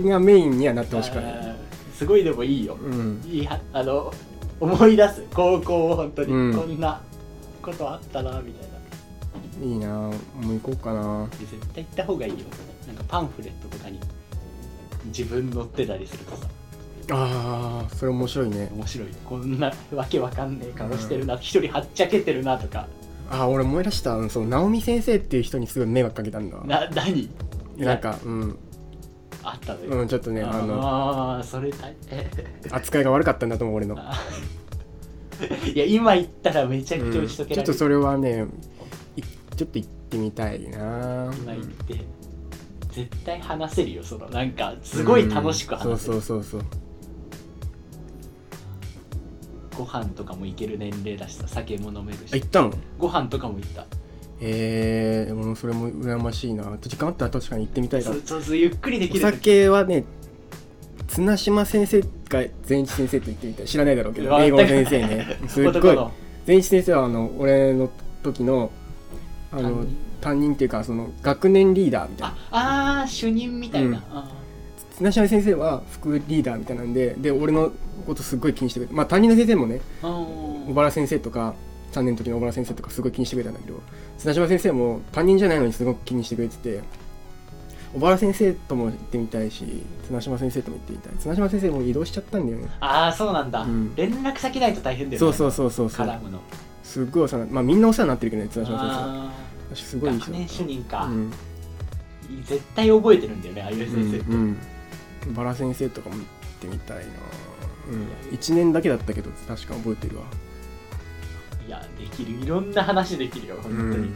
Speaker 1: がメインにはなってほしくない
Speaker 2: あーすごいでもいいよ
Speaker 1: うん
Speaker 2: いいはあの思い出す高校を本当に、
Speaker 1: うん
Speaker 2: こんなことあったなみたいない
Speaker 1: いなもう行こうかな
Speaker 2: で絶対行った方がいいよなんかパンフレットとかに自分載ってたりするとさ
Speaker 1: あーそれ面白いね
Speaker 2: 面白いよこんなわけわかんねえ顔してるな一、人はっちゃけてるなとか
Speaker 1: あー俺思い出したあのその直美先生っていう人にすごい迷惑かけたんだ
Speaker 2: な何
Speaker 1: なんかうん、
Speaker 2: あったのよ、
Speaker 1: うん、ちょっとねあの
Speaker 2: ああーそれ大変
Speaker 1: 扱いが悪かったんだと思う俺の
Speaker 2: あー いや今言ったらめちゃくちゃ打ち解けられ
Speaker 1: ちょっ
Speaker 2: る、
Speaker 1: とそれはねいちょっと行ってみたいな
Speaker 2: 今言って、絶対話せるよそのなんかすごい楽しく話せる、
Speaker 1: うんそうそうそう
Speaker 2: ご飯とかも行ける年齢だしさ酒も飲める
Speaker 1: そうあ
Speaker 2: し
Speaker 1: 行ったの
Speaker 2: ご飯とかも行った
Speaker 1: えー、もうそれも羨ましいな時間あったら確かに行ってみたいな
Speaker 2: そうそうそうゆっくりで
Speaker 1: お
Speaker 2: きる
Speaker 1: 酒はね綱島先生か善一先生と言ってみたい知らないだろうけ
Speaker 2: う
Speaker 1: ど
Speaker 2: わ
Speaker 1: 英語の先生ねすっご
Speaker 2: 男
Speaker 1: い
Speaker 2: の
Speaker 1: 善一先生はあの俺の時のあ
Speaker 2: 担
Speaker 1: の
Speaker 2: 任
Speaker 1: 担任っていうかその学年リーダーみたいな
Speaker 2: ああー主任みたいな、
Speaker 1: うん
Speaker 2: あ
Speaker 1: 綱島先生は副リーダーみたいなんでで俺のことすっごい気にしてくれてまあ担任の先生もね
Speaker 2: ー
Speaker 1: 小
Speaker 2: あ
Speaker 1: 原先生とか3年の時の小原先生とかすごい気にしてくれたんだけど砂島先生も担任じゃないのにすごく気にしてくれてて小原先生とも行ってみたいし綱島先生とも行ってみたい綱島先生も移動しちゃったんだよね
Speaker 2: あーそうなんだ、
Speaker 1: うん
Speaker 2: 連絡先ないと大変だよね
Speaker 1: そうそうそうそうそう
Speaker 2: 絡むの
Speaker 1: すっごいお世話になまあみんなお世話になってるけどね綱島先生は
Speaker 2: あ
Speaker 1: 私す
Speaker 2: ー
Speaker 1: ごいいい
Speaker 2: 学
Speaker 1: 人
Speaker 2: 年主任か、
Speaker 1: うん
Speaker 2: 絶対覚えてるんだよねああいう
Speaker 1: う
Speaker 2: 先
Speaker 1: ん
Speaker 2: 生って、
Speaker 1: うん小原先生とかも行ってみたいなうん1年だけだったけど確か覚えてるわ
Speaker 2: いやできるいろんな話できるよ
Speaker 1: う
Speaker 2: 本当に、
Speaker 1: ん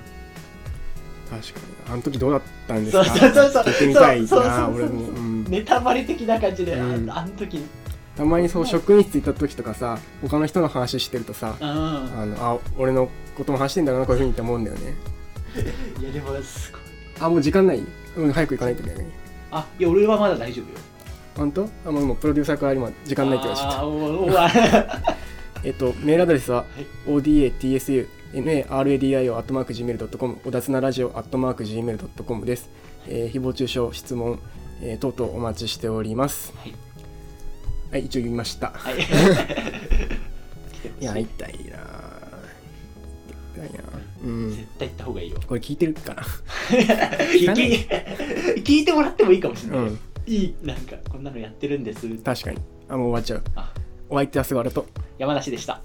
Speaker 1: 確かにあの時どうだったんです
Speaker 2: そう
Speaker 1: か
Speaker 2: そうそうそう
Speaker 1: 聞いてみたい
Speaker 2: そうそうそう
Speaker 1: な俺もうん
Speaker 2: ネタバレ的な感じで、
Speaker 1: うん
Speaker 2: ああの時
Speaker 1: たまにそう職員室行った時とかさ他の人の話してるとさ
Speaker 2: うん
Speaker 1: あのあ俺のことも話してんだろうなこういうふうにって思うんだよね
Speaker 2: いやでもすごい
Speaker 1: あもう時間ない、うん、早く行かないといけない
Speaker 2: あいや俺はまだ大丈夫よ
Speaker 1: 本当あもうもうプロデューサーから今時間ないって言われちゃ
Speaker 2: あー
Speaker 1: っ
Speaker 2: おおあ
Speaker 1: たえっとメールアドレスは、
Speaker 2: い
Speaker 1: odatsu naradio アットマーク gmail.com おだつなラジオアットマーク gmail.com です、えー、誹謗中傷質問、えー、等々お待ちしております
Speaker 2: はい
Speaker 1: はい一応言いました
Speaker 2: はい
Speaker 1: いや痛いな痛いなうん
Speaker 2: 絶対行った方がいいよ
Speaker 1: これ聞いてるかな
Speaker 2: 聞
Speaker 1: らない
Speaker 2: き聞いてもらってもいいかもしれない、
Speaker 1: うん
Speaker 2: いいなんかこんなのやってるんです
Speaker 1: 確かにあもう終わっちゃう
Speaker 2: あ
Speaker 1: お相手は菅原と
Speaker 2: 山梨でした